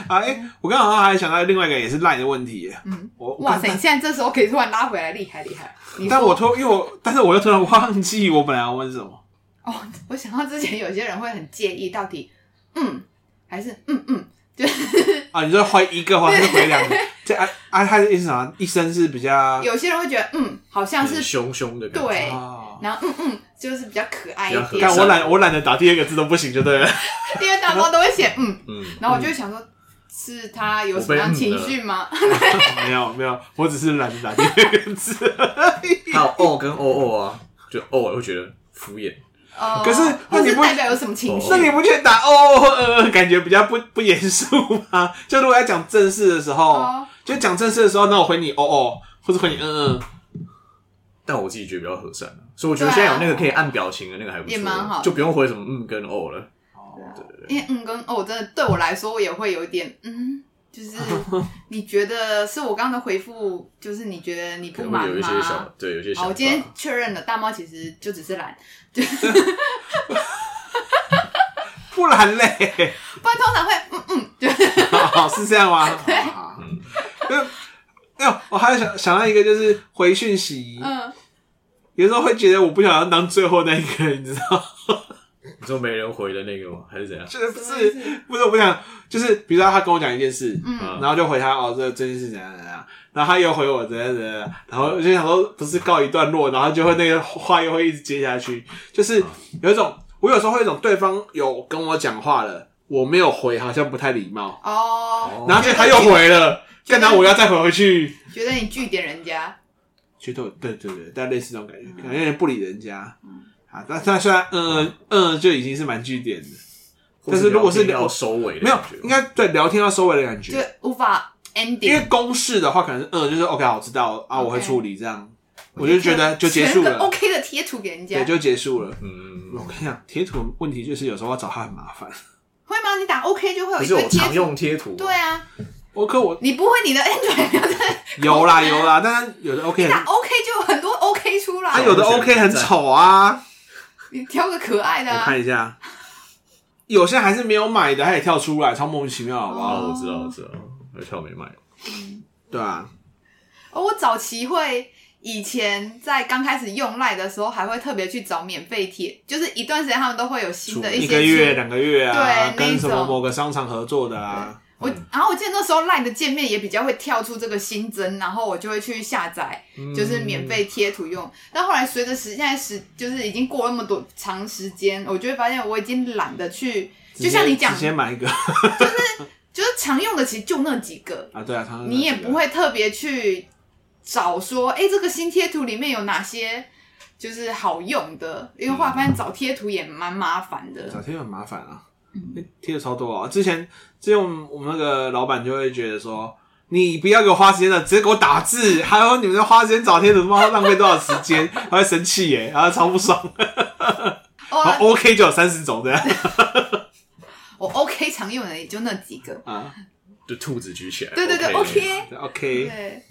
Speaker 2: 哎、我刚好还想到另外一个也是烂的问题耶。嗯，我
Speaker 3: 哇塞！你现在这时候可以突然拉回来，厉害厉害。你
Speaker 2: 但
Speaker 3: 说
Speaker 2: 我突因为我但是我又突然忘记我本来要问什么。
Speaker 3: 哦，我想到之前有些人会很介意，到底嗯还是嗯嗯，就是
Speaker 2: 啊，你说回一个话还是回两个？这啊啊，他的意思啥？一生是比较
Speaker 3: 有些人会觉得嗯好像是
Speaker 1: 凶凶的感觉，
Speaker 3: 对，
Speaker 2: 啊，
Speaker 3: 然后嗯嗯就是比较可爱
Speaker 1: 比较
Speaker 3: 一
Speaker 1: 可
Speaker 3: 点
Speaker 1: 爱
Speaker 2: 看，我懒，我懒得打第二个字都不行，就 对了。
Speaker 3: 因为大猫都会写嗯，
Speaker 1: 嗯，
Speaker 3: 然后我就会想说。是他有什
Speaker 1: 我
Speaker 3: 么
Speaker 1: 被
Speaker 3: 样
Speaker 1: 嗯
Speaker 3: 情
Speaker 1: 了
Speaker 3: 绪吗？
Speaker 2: 没有没有，我只是懒得打第二个字。
Speaker 1: 还有哦跟哦哦啊，就哦会觉得敷衍，
Speaker 3: 哦
Speaker 2: 可是
Speaker 3: 或
Speaker 2: 那你
Speaker 3: 是
Speaker 2: 不哦
Speaker 3: 代表有什么情绪
Speaker 2: 那？你不觉得打哦呃感觉比较不不严肃吗？ 就如果要讲正事的时候
Speaker 3: 哦，
Speaker 2: 就讲正事的时候，那我回你哦哦，或者回你嗯嗯，
Speaker 1: 但我自己觉得比较和善啊所以我觉得现在有那个可以按表情的那个还不错，
Speaker 3: 啊也蛮好的
Speaker 1: 就不用回什么嗯跟哦了，
Speaker 3: 因为嗯跟哦，真的对我来说，我也会有一点嗯，就是 你觉得是我刚刚的回复，就是你觉得你
Speaker 1: 可
Speaker 3: 不
Speaker 1: 能会
Speaker 3: 满
Speaker 1: 有一
Speaker 3: 吗？
Speaker 1: 些小对有些
Speaker 3: 好，
Speaker 1: 小
Speaker 3: 我今天确认了，大猫其实就只是懒，就不
Speaker 2: 不然嘞，
Speaker 3: 然通常会嗯嗯，就是
Speaker 2: 哦是这样 吗？哦
Speaker 1: 嗯
Speaker 2: 因为因为我还有想想到一个，就是回讯息，
Speaker 3: 嗯，
Speaker 2: 有时候会觉得我不想要当最后那一个，你知道吗。
Speaker 1: 你说没人回的那个吗？还是怎样？
Speaker 2: 就是不
Speaker 3: 什么意
Speaker 2: 是
Speaker 3: 思
Speaker 2: 不是我不想，就是比如说他跟我讲一件事，
Speaker 1: 嗯
Speaker 2: 然后就回他哦这这件事怎样怎样，然后他又回我怎样怎样，然后我就想说不是告一段落，然后就会那个话又会一直接下去，就是有一种我有时候会有一种对方有跟我讲话了，我没有回好像不太礼貌，
Speaker 3: 哦，
Speaker 1: 哦
Speaker 2: 然后就他又回了，干嘛我要再回回去？
Speaker 3: 觉得你据点人家，
Speaker 2: 觉得我对对对，但类似这种感觉，
Speaker 3: 嗯
Speaker 2: 感觉有点不理人家。啊，但但虽然嗯嗯就已经是蛮据点的，但是如果是
Speaker 1: 或
Speaker 2: 聊
Speaker 1: 要收尾的
Speaker 2: 没有
Speaker 1: 感觉，
Speaker 2: 应该对聊天要收尾的感觉，
Speaker 3: 就无法
Speaker 2: 因
Speaker 3: ending。
Speaker 2: 为公式的话，可能是嗯，就是 OK，好，我知道啊，
Speaker 3: OK
Speaker 2: 我会处理这样，我就觉得就结束
Speaker 3: 全个
Speaker 2: 了，
Speaker 3: OK 的贴图给人家
Speaker 2: 对，，就结束了。
Speaker 1: 嗯，
Speaker 2: 我跟你讲，贴图问题就是有时候要找他很麻烦。
Speaker 3: 会吗？你打 OK 就会有
Speaker 1: 不
Speaker 3: 一
Speaker 1: 是
Speaker 3: 堆
Speaker 1: 有
Speaker 3: 贴
Speaker 1: 常
Speaker 3: 图。
Speaker 1: 用贴图，
Speaker 3: 对，啊，
Speaker 2: 我可我
Speaker 3: 你不会你的 Android 不要再
Speaker 2: 有啦有啦，但是有的 OK，
Speaker 3: 打
Speaker 2: 很
Speaker 3: OK 就有很多 OK 出来
Speaker 2: 啊，，有的 OK 很丑啊，
Speaker 3: 你挑个可爱的
Speaker 2: 我
Speaker 3: 啊。
Speaker 2: 看一下，有些还是没有买的，他也跳出来，超莫名其妙，好不好？
Speaker 1: 哦，我知道，我知道，而且我没买，
Speaker 2: 对啊，
Speaker 3: 哦，我早期会以前在刚开始用赖的时候，还会特别去找免费贴，就是一段时间他们都会有新的
Speaker 2: 一
Speaker 3: 一
Speaker 2: 个
Speaker 3: 些
Speaker 2: 月、
Speaker 3: 出
Speaker 2: 两个月啊，
Speaker 3: 对那
Speaker 2: 跟
Speaker 3: 一
Speaker 2: 什
Speaker 3: 种
Speaker 2: 么某个商场合作的啊，
Speaker 3: 我然后我记得那时候 LINE 的界面也比较会跳出这个新增，然后我就会去下载，
Speaker 2: 嗯
Speaker 3: 就是免费贴图用。但后来随着时现在时就是已经过了那么多长时间，我就会发现我已经懒得去，就像你讲
Speaker 2: 直，接买 一个
Speaker 3: 就是常用的其实就那几个，
Speaker 2: 啊，对啊，常常
Speaker 3: 你也
Speaker 2: 买这个
Speaker 3: 不会特别去找说，哎、这个新贴图里面有哪些就是好用的，因为后来发现找贴图也蛮麻烦的。
Speaker 2: 找贴很麻烦啊，
Speaker 3: 嗯
Speaker 2: 贴的超多啊。之前之前我们我们那个老板就会觉得说，你不要给我花时间了，直接给我打字，还有你们在花时间找贴图，他妈浪费多少时间？他会生气耶，然后超不爽。
Speaker 3: 哦，
Speaker 2: 然后 OK 就有三十种这样，
Speaker 3: 我 OK 常用的也就那几个。
Speaker 2: 啊
Speaker 1: 就兔子举起来。
Speaker 3: 对对对
Speaker 1: OK。
Speaker 3: ，OK。
Speaker 2: ，OK，
Speaker 3: 对，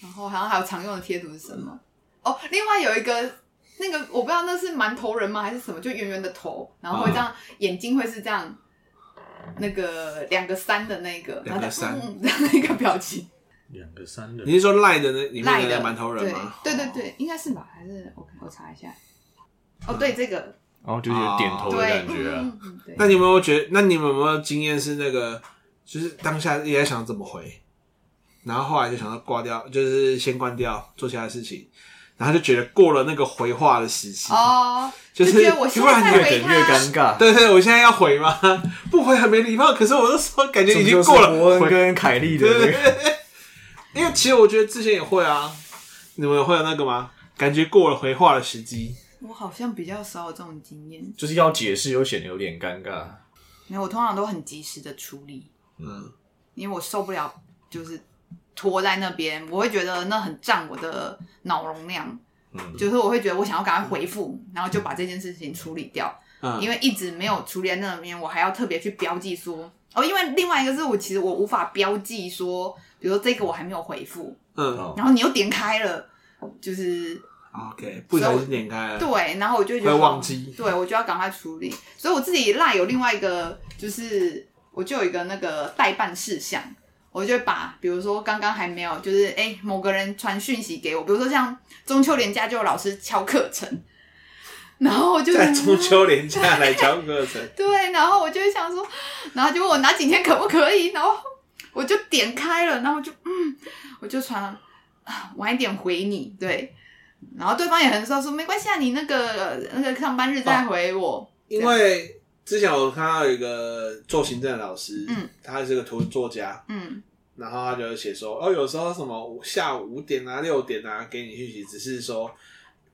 Speaker 3: 然后好像还有常用的贴图是什么？哦，另外有一个那个我不知道那是馒头人吗还是什么，就圆圆的头，然后会这样、眼睛会是这样，那个两个三的那个，
Speaker 2: 两个
Speaker 3: 然后这样
Speaker 2: 三
Speaker 3: 嗯这 样的一个表情，
Speaker 1: 两个三的
Speaker 2: 你，是说赖的那里面
Speaker 3: 赖
Speaker 2: 的
Speaker 3: 的
Speaker 2: 那个馒头人吗？哦
Speaker 3: 对对对对，应该是吧？还是我我查一下。哦，对这个，
Speaker 1: 然后就是有点头的
Speaker 3: 对
Speaker 1: 感，觉啊。
Speaker 3: 嗯嗯嗯对
Speaker 2: 那你有没有觉得？那你们有没有经验是那个，就是当下也在想怎么回，然后后来就想要挂掉，就是先关掉做其他事情，然后就觉得过了那个回话的时期，
Speaker 3: 哦，
Speaker 2: 就是
Speaker 3: 觉得我现在
Speaker 2: 突
Speaker 3: 再
Speaker 2: 然
Speaker 1: 越
Speaker 3: 回
Speaker 1: 等越
Speaker 3: 他，
Speaker 1: 尴尬。
Speaker 2: 对对，我现在要回吗？ 不回很没礼貌，可是我就说感觉已
Speaker 1: 这
Speaker 2: 经过
Speaker 1: 就是
Speaker 2: 了，
Speaker 1: 伯恩
Speaker 2: 回
Speaker 1: 跟凯莉的
Speaker 2: 对
Speaker 1: 那
Speaker 2: 对
Speaker 1: 个
Speaker 2: 对， 因为其实我觉得之前也会啊，你们会有那个吗？感觉过了回话的时机，
Speaker 3: 我好像比较少有这种经验，
Speaker 1: 就是要解释又显得有点尴尬。
Speaker 3: 没有，我通常都很及时的处理。
Speaker 2: 嗯，
Speaker 3: 因为我受不了就是拖在那边，我会觉得那很占我的脑容量。
Speaker 1: 嗯
Speaker 3: 就是我会觉得我想要赶快回复，然后就把这件事情处理掉，
Speaker 2: 嗯
Speaker 3: 因为一直没有处理在那边，我还要特别去标记说哦，因为另外一个是我其实我无法标记说，比如说这个我还没有回复，
Speaker 2: 嗯
Speaker 1: 哦
Speaker 3: 然后你又点开了，就是
Speaker 2: 哦，OK，不小心点开了，
Speaker 3: 对，然后我就觉得
Speaker 2: 会忘记
Speaker 3: 对我就要赶快处理。所以我自己赖有另外一个，就是我就有一个那个代办事项，我就会把比如说刚刚还没有，就是哎、诶某个人传讯息给我，比如说像中秋连假就有老师敲课程，然后我就
Speaker 2: 在中秋连假来教课程，
Speaker 3: 对，然后我就会想说，然后就问我哪几天可不可以，然后我就点开了，然后就嗯，我就传了啊，晚一点回你，对，然后对方也很说说没关系啊，你那个那个上班日再回我，
Speaker 2: 因为之前我看到有一个做行政的老师，
Speaker 3: 嗯，
Speaker 2: 他是个图文作家，
Speaker 3: 嗯
Speaker 2: 然后他就写说，哦，有时候什么下午五点啊、六点啊给你讯息，只是说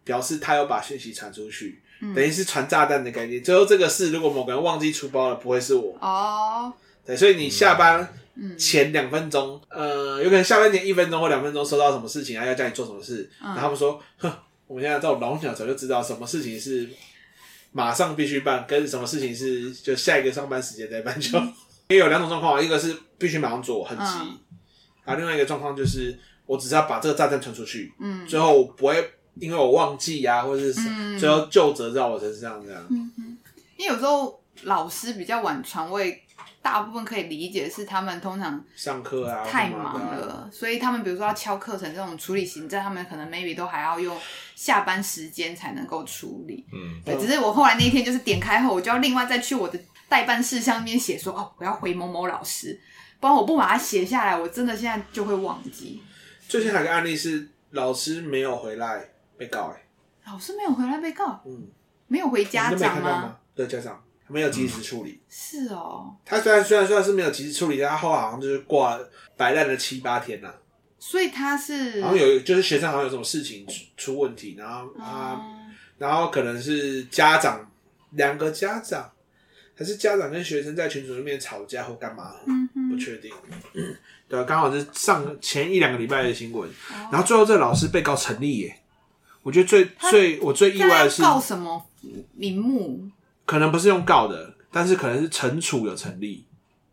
Speaker 2: 表示他有把讯息传出去，
Speaker 3: 嗯
Speaker 2: 等于是传炸弹的概念。最后这个事，如果某个人忘记出包了，不会是我，
Speaker 3: 哦，
Speaker 2: 对，所以你下班
Speaker 3: 嗯
Speaker 2: 前两分钟，呃，有可能下班前一分钟或两分钟收到什么事情啊，要叫你做什么事，
Speaker 3: 嗯
Speaker 2: 然后他们说，哼，我们现在这种老鸟早就知道什么事情是马上必须办，跟什么事情是就下一个上班时间再办就。 因为有两种状况，一个是必须马上做，很急
Speaker 3: 嗯；
Speaker 2: 啊，另外一个状况就是我只是要把这个炸弹传出去，
Speaker 3: 嗯
Speaker 2: 最后我不会因为我忘记呀、啊，或者是
Speaker 3: 嗯
Speaker 2: 最后就责在我身上这样。
Speaker 3: 嗯哼，因为有时候老师比较晚传，我也大部分可以理解是他们通常
Speaker 2: 上课啊，
Speaker 3: 太
Speaker 2: 干嘛
Speaker 3: 忙
Speaker 2: 的啊，
Speaker 3: 了，所以他们比如说要敲课程这种处理行政，他们可能 maybe 都还要用下班时间才能够处理。
Speaker 1: 嗯，
Speaker 3: 对，
Speaker 2: 嗯
Speaker 3: 只是我后来那一天就是点开后，我就要另外再去我的代办事项那边写说，哦，我要回某某老师，不然我不把它写下来，我真的现在就会忘记。
Speaker 2: 最近还有个案例是老师没有回来被告、欸，
Speaker 3: 老师没有回来被告，
Speaker 2: 嗯，
Speaker 3: 没有回
Speaker 2: 你
Speaker 3: 家
Speaker 2: 都没
Speaker 3: 长
Speaker 2: 看到？？对，家长没有及时处理。
Speaker 3: 是哦，
Speaker 2: 他虽然虽然虽然是没有及时处理，但他后来好像就是挂摆烂了七八天啦、
Speaker 3: 所以他是
Speaker 2: 然后有就是学生好像有什么事情出出问题，然后啊，
Speaker 3: 啊，
Speaker 2: 然后可能是家长两个家长，还是家长跟学生在群组里面吵架或干嘛，
Speaker 3: 嗯
Speaker 2: 不
Speaker 3: 哼，
Speaker 2: 确定。对啊，刚好是上前一两个礼拜的新闻，
Speaker 3: 哦
Speaker 2: 然后最后这老师被告成立耶。我觉得最
Speaker 3: 他
Speaker 2: 最我最意外的是
Speaker 3: 他，要哦告什么名目？
Speaker 2: 可能不是用告的，但是可能是惩处有成立。
Speaker 1: 比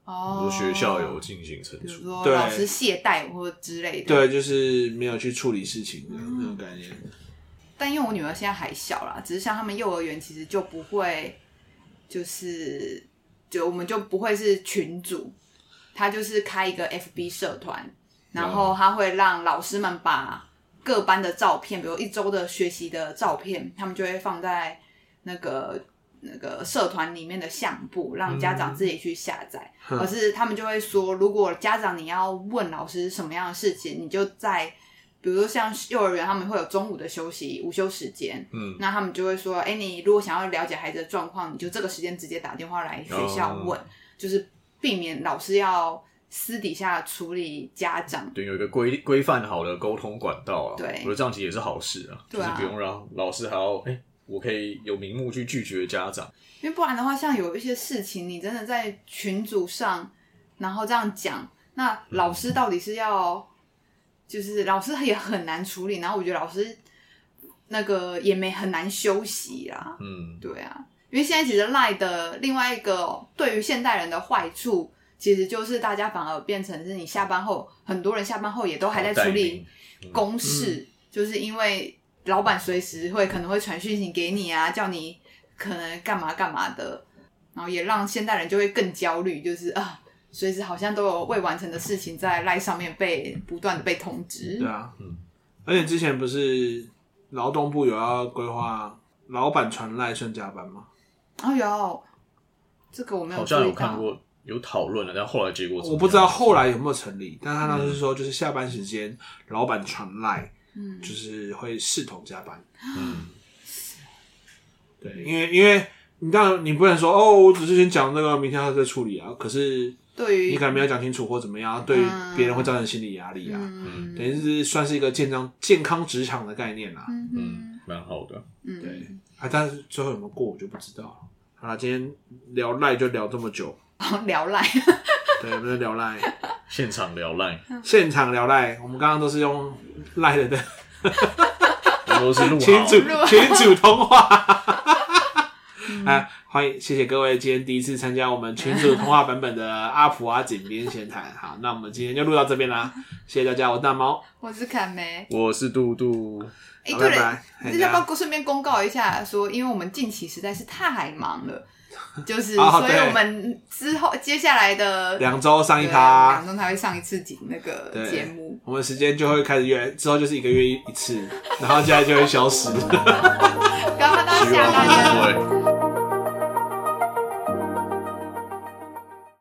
Speaker 3: 哦，
Speaker 1: 如学校有，进行惩
Speaker 3: 比如
Speaker 1: 处，
Speaker 3: 说
Speaker 2: 对
Speaker 3: 老师懈怠或之类的。，
Speaker 2: 对，就是没有去处理事情的那种概念。
Speaker 3: 但因为我女儿现在还小啦，只是像他们幼儿园其实就不会，就是就我们就不会是群组，他就是开一个 FB 社团，然后他会让老师们把各班的照片，比如一周的学习的照片，他们就会放在那个。那个社团里面的相簿，让家长自己去下载，
Speaker 2: 嗯
Speaker 3: 而是他们就会说，如果家长你要问老师什么样的事情，你就在比如说像幼儿园，他们会有中午的休息午休时间，
Speaker 1: 嗯，
Speaker 3: 那他们就会说，哎、你如果想要了解孩子的状况，你就这个时间直接打电话来学校问，就是避免老师要私底下处理家长。
Speaker 1: 对，有一个规规范好的沟通管道啊，
Speaker 3: 对
Speaker 1: 我觉得这样其实也是好事啊，就
Speaker 3: 对
Speaker 1: 是
Speaker 3: 啊
Speaker 1: 不用让老师还要哎，我可以有名目去拒绝家长，
Speaker 3: 因为不然的话，像有一些事情，你真的在群组上，然后这样讲，那老师到底是要，就是老师也很难处理，然后我觉得老师那个也没很难休息啦，
Speaker 1: 嗯，
Speaker 3: 对啊，因为现在其实 Line 的另外一个对于现代人的坏处，其实就是大家反而变成是你下班后，很多人下班后也都还在处理公事，就是因为老板随时会可能会传讯息给你啊，叫你可能干嘛干嘛的，然后也让现代人就会更焦虑，就是啊，随时好像都有未完成的事情在赖上面被不断的被通知
Speaker 2: 对。啊，
Speaker 1: 嗯
Speaker 2: 而且之前不是劳动部有要规划老板传赖算加班吗？
Speaker 3: 哦有，这个我没有
Speaker 1: 好像
Speaker 3: 注
Speaker 1: 有
Speaker 3: 意到
Speaker 1: 看过有讨论了，但后来结果怎么样
Speaker 2: 我不知道后来有没有成立，但他当时说就是下班时间老板传赖，
Speaker 3: 嗯
Speaker 2: 就是会视同加班。
Speaker 1: 嗯
Speaker 2: 对，因为因为你当然你不能说哦，我只是先讲那个，明天他再处理啊。可是
Speaker 3: 对于
Speaker 2: 你可能没有讲清楚或怎么样，对于别人会造成心理压力啊。
Speaker 3: 嗯
Speaker 2: 等于是算是一个健康健康职场的概念啦、啊。
Speaker 3: 嗯哼
Speaker 1: 嗯，蛮好的。
Speaker 3: 嗯
Speaker 2: 对啊，但是最后有没有过我就不知道了。好啦，今天聊赖就聊这么久，
Speaker 3: 好聊赖，
Speaker 2: 对，我们在聊赖，
Speaker 1: 现场聊赖，
Speaker 2: 现场聊赖。我们刚刚都是用赖的的
Speaker 1: 我都是录
Speaker 2: 群主
Speaker 1: 好。
Speaker 2: 群主通话。 哎，欢迎，谢谢各位今天第一次参加我们群主通话版本的阿普阿井边闲谈。好，那我们今天就录到这边啦，谢谢大家，我是大猫，
Speaker 3: 我是凯梅。
Speaker 1: 我是杜杜，
Speaker 3: 哎、
Speaker 2: 好
Speaker 3: 对
Speaker 2: 拜拜
Speaker 3: 了，
Speaker 2: 嘿
Speaker 3: 这要不要顺便公告一下说，因为我们近期实在是太忙 了，就是、
Speaker 2: 哦
Speaker 3: 所以
Speaker 2: 对
Speaker 3: 我们之后接下来的
Speaker 2: 两周上一
Speaker 3: 对
Speaker 2: 趴
Speaker 3: 两，周才会上一次集那个
Speaker 2: 对
Speaker 3: 节目。
Speaker 2: 我们时间就会开始越之后就是一个月一次，然后接下来就会消失。
Speaker 3: 刚刚到下班了。
Speaker 1: 对。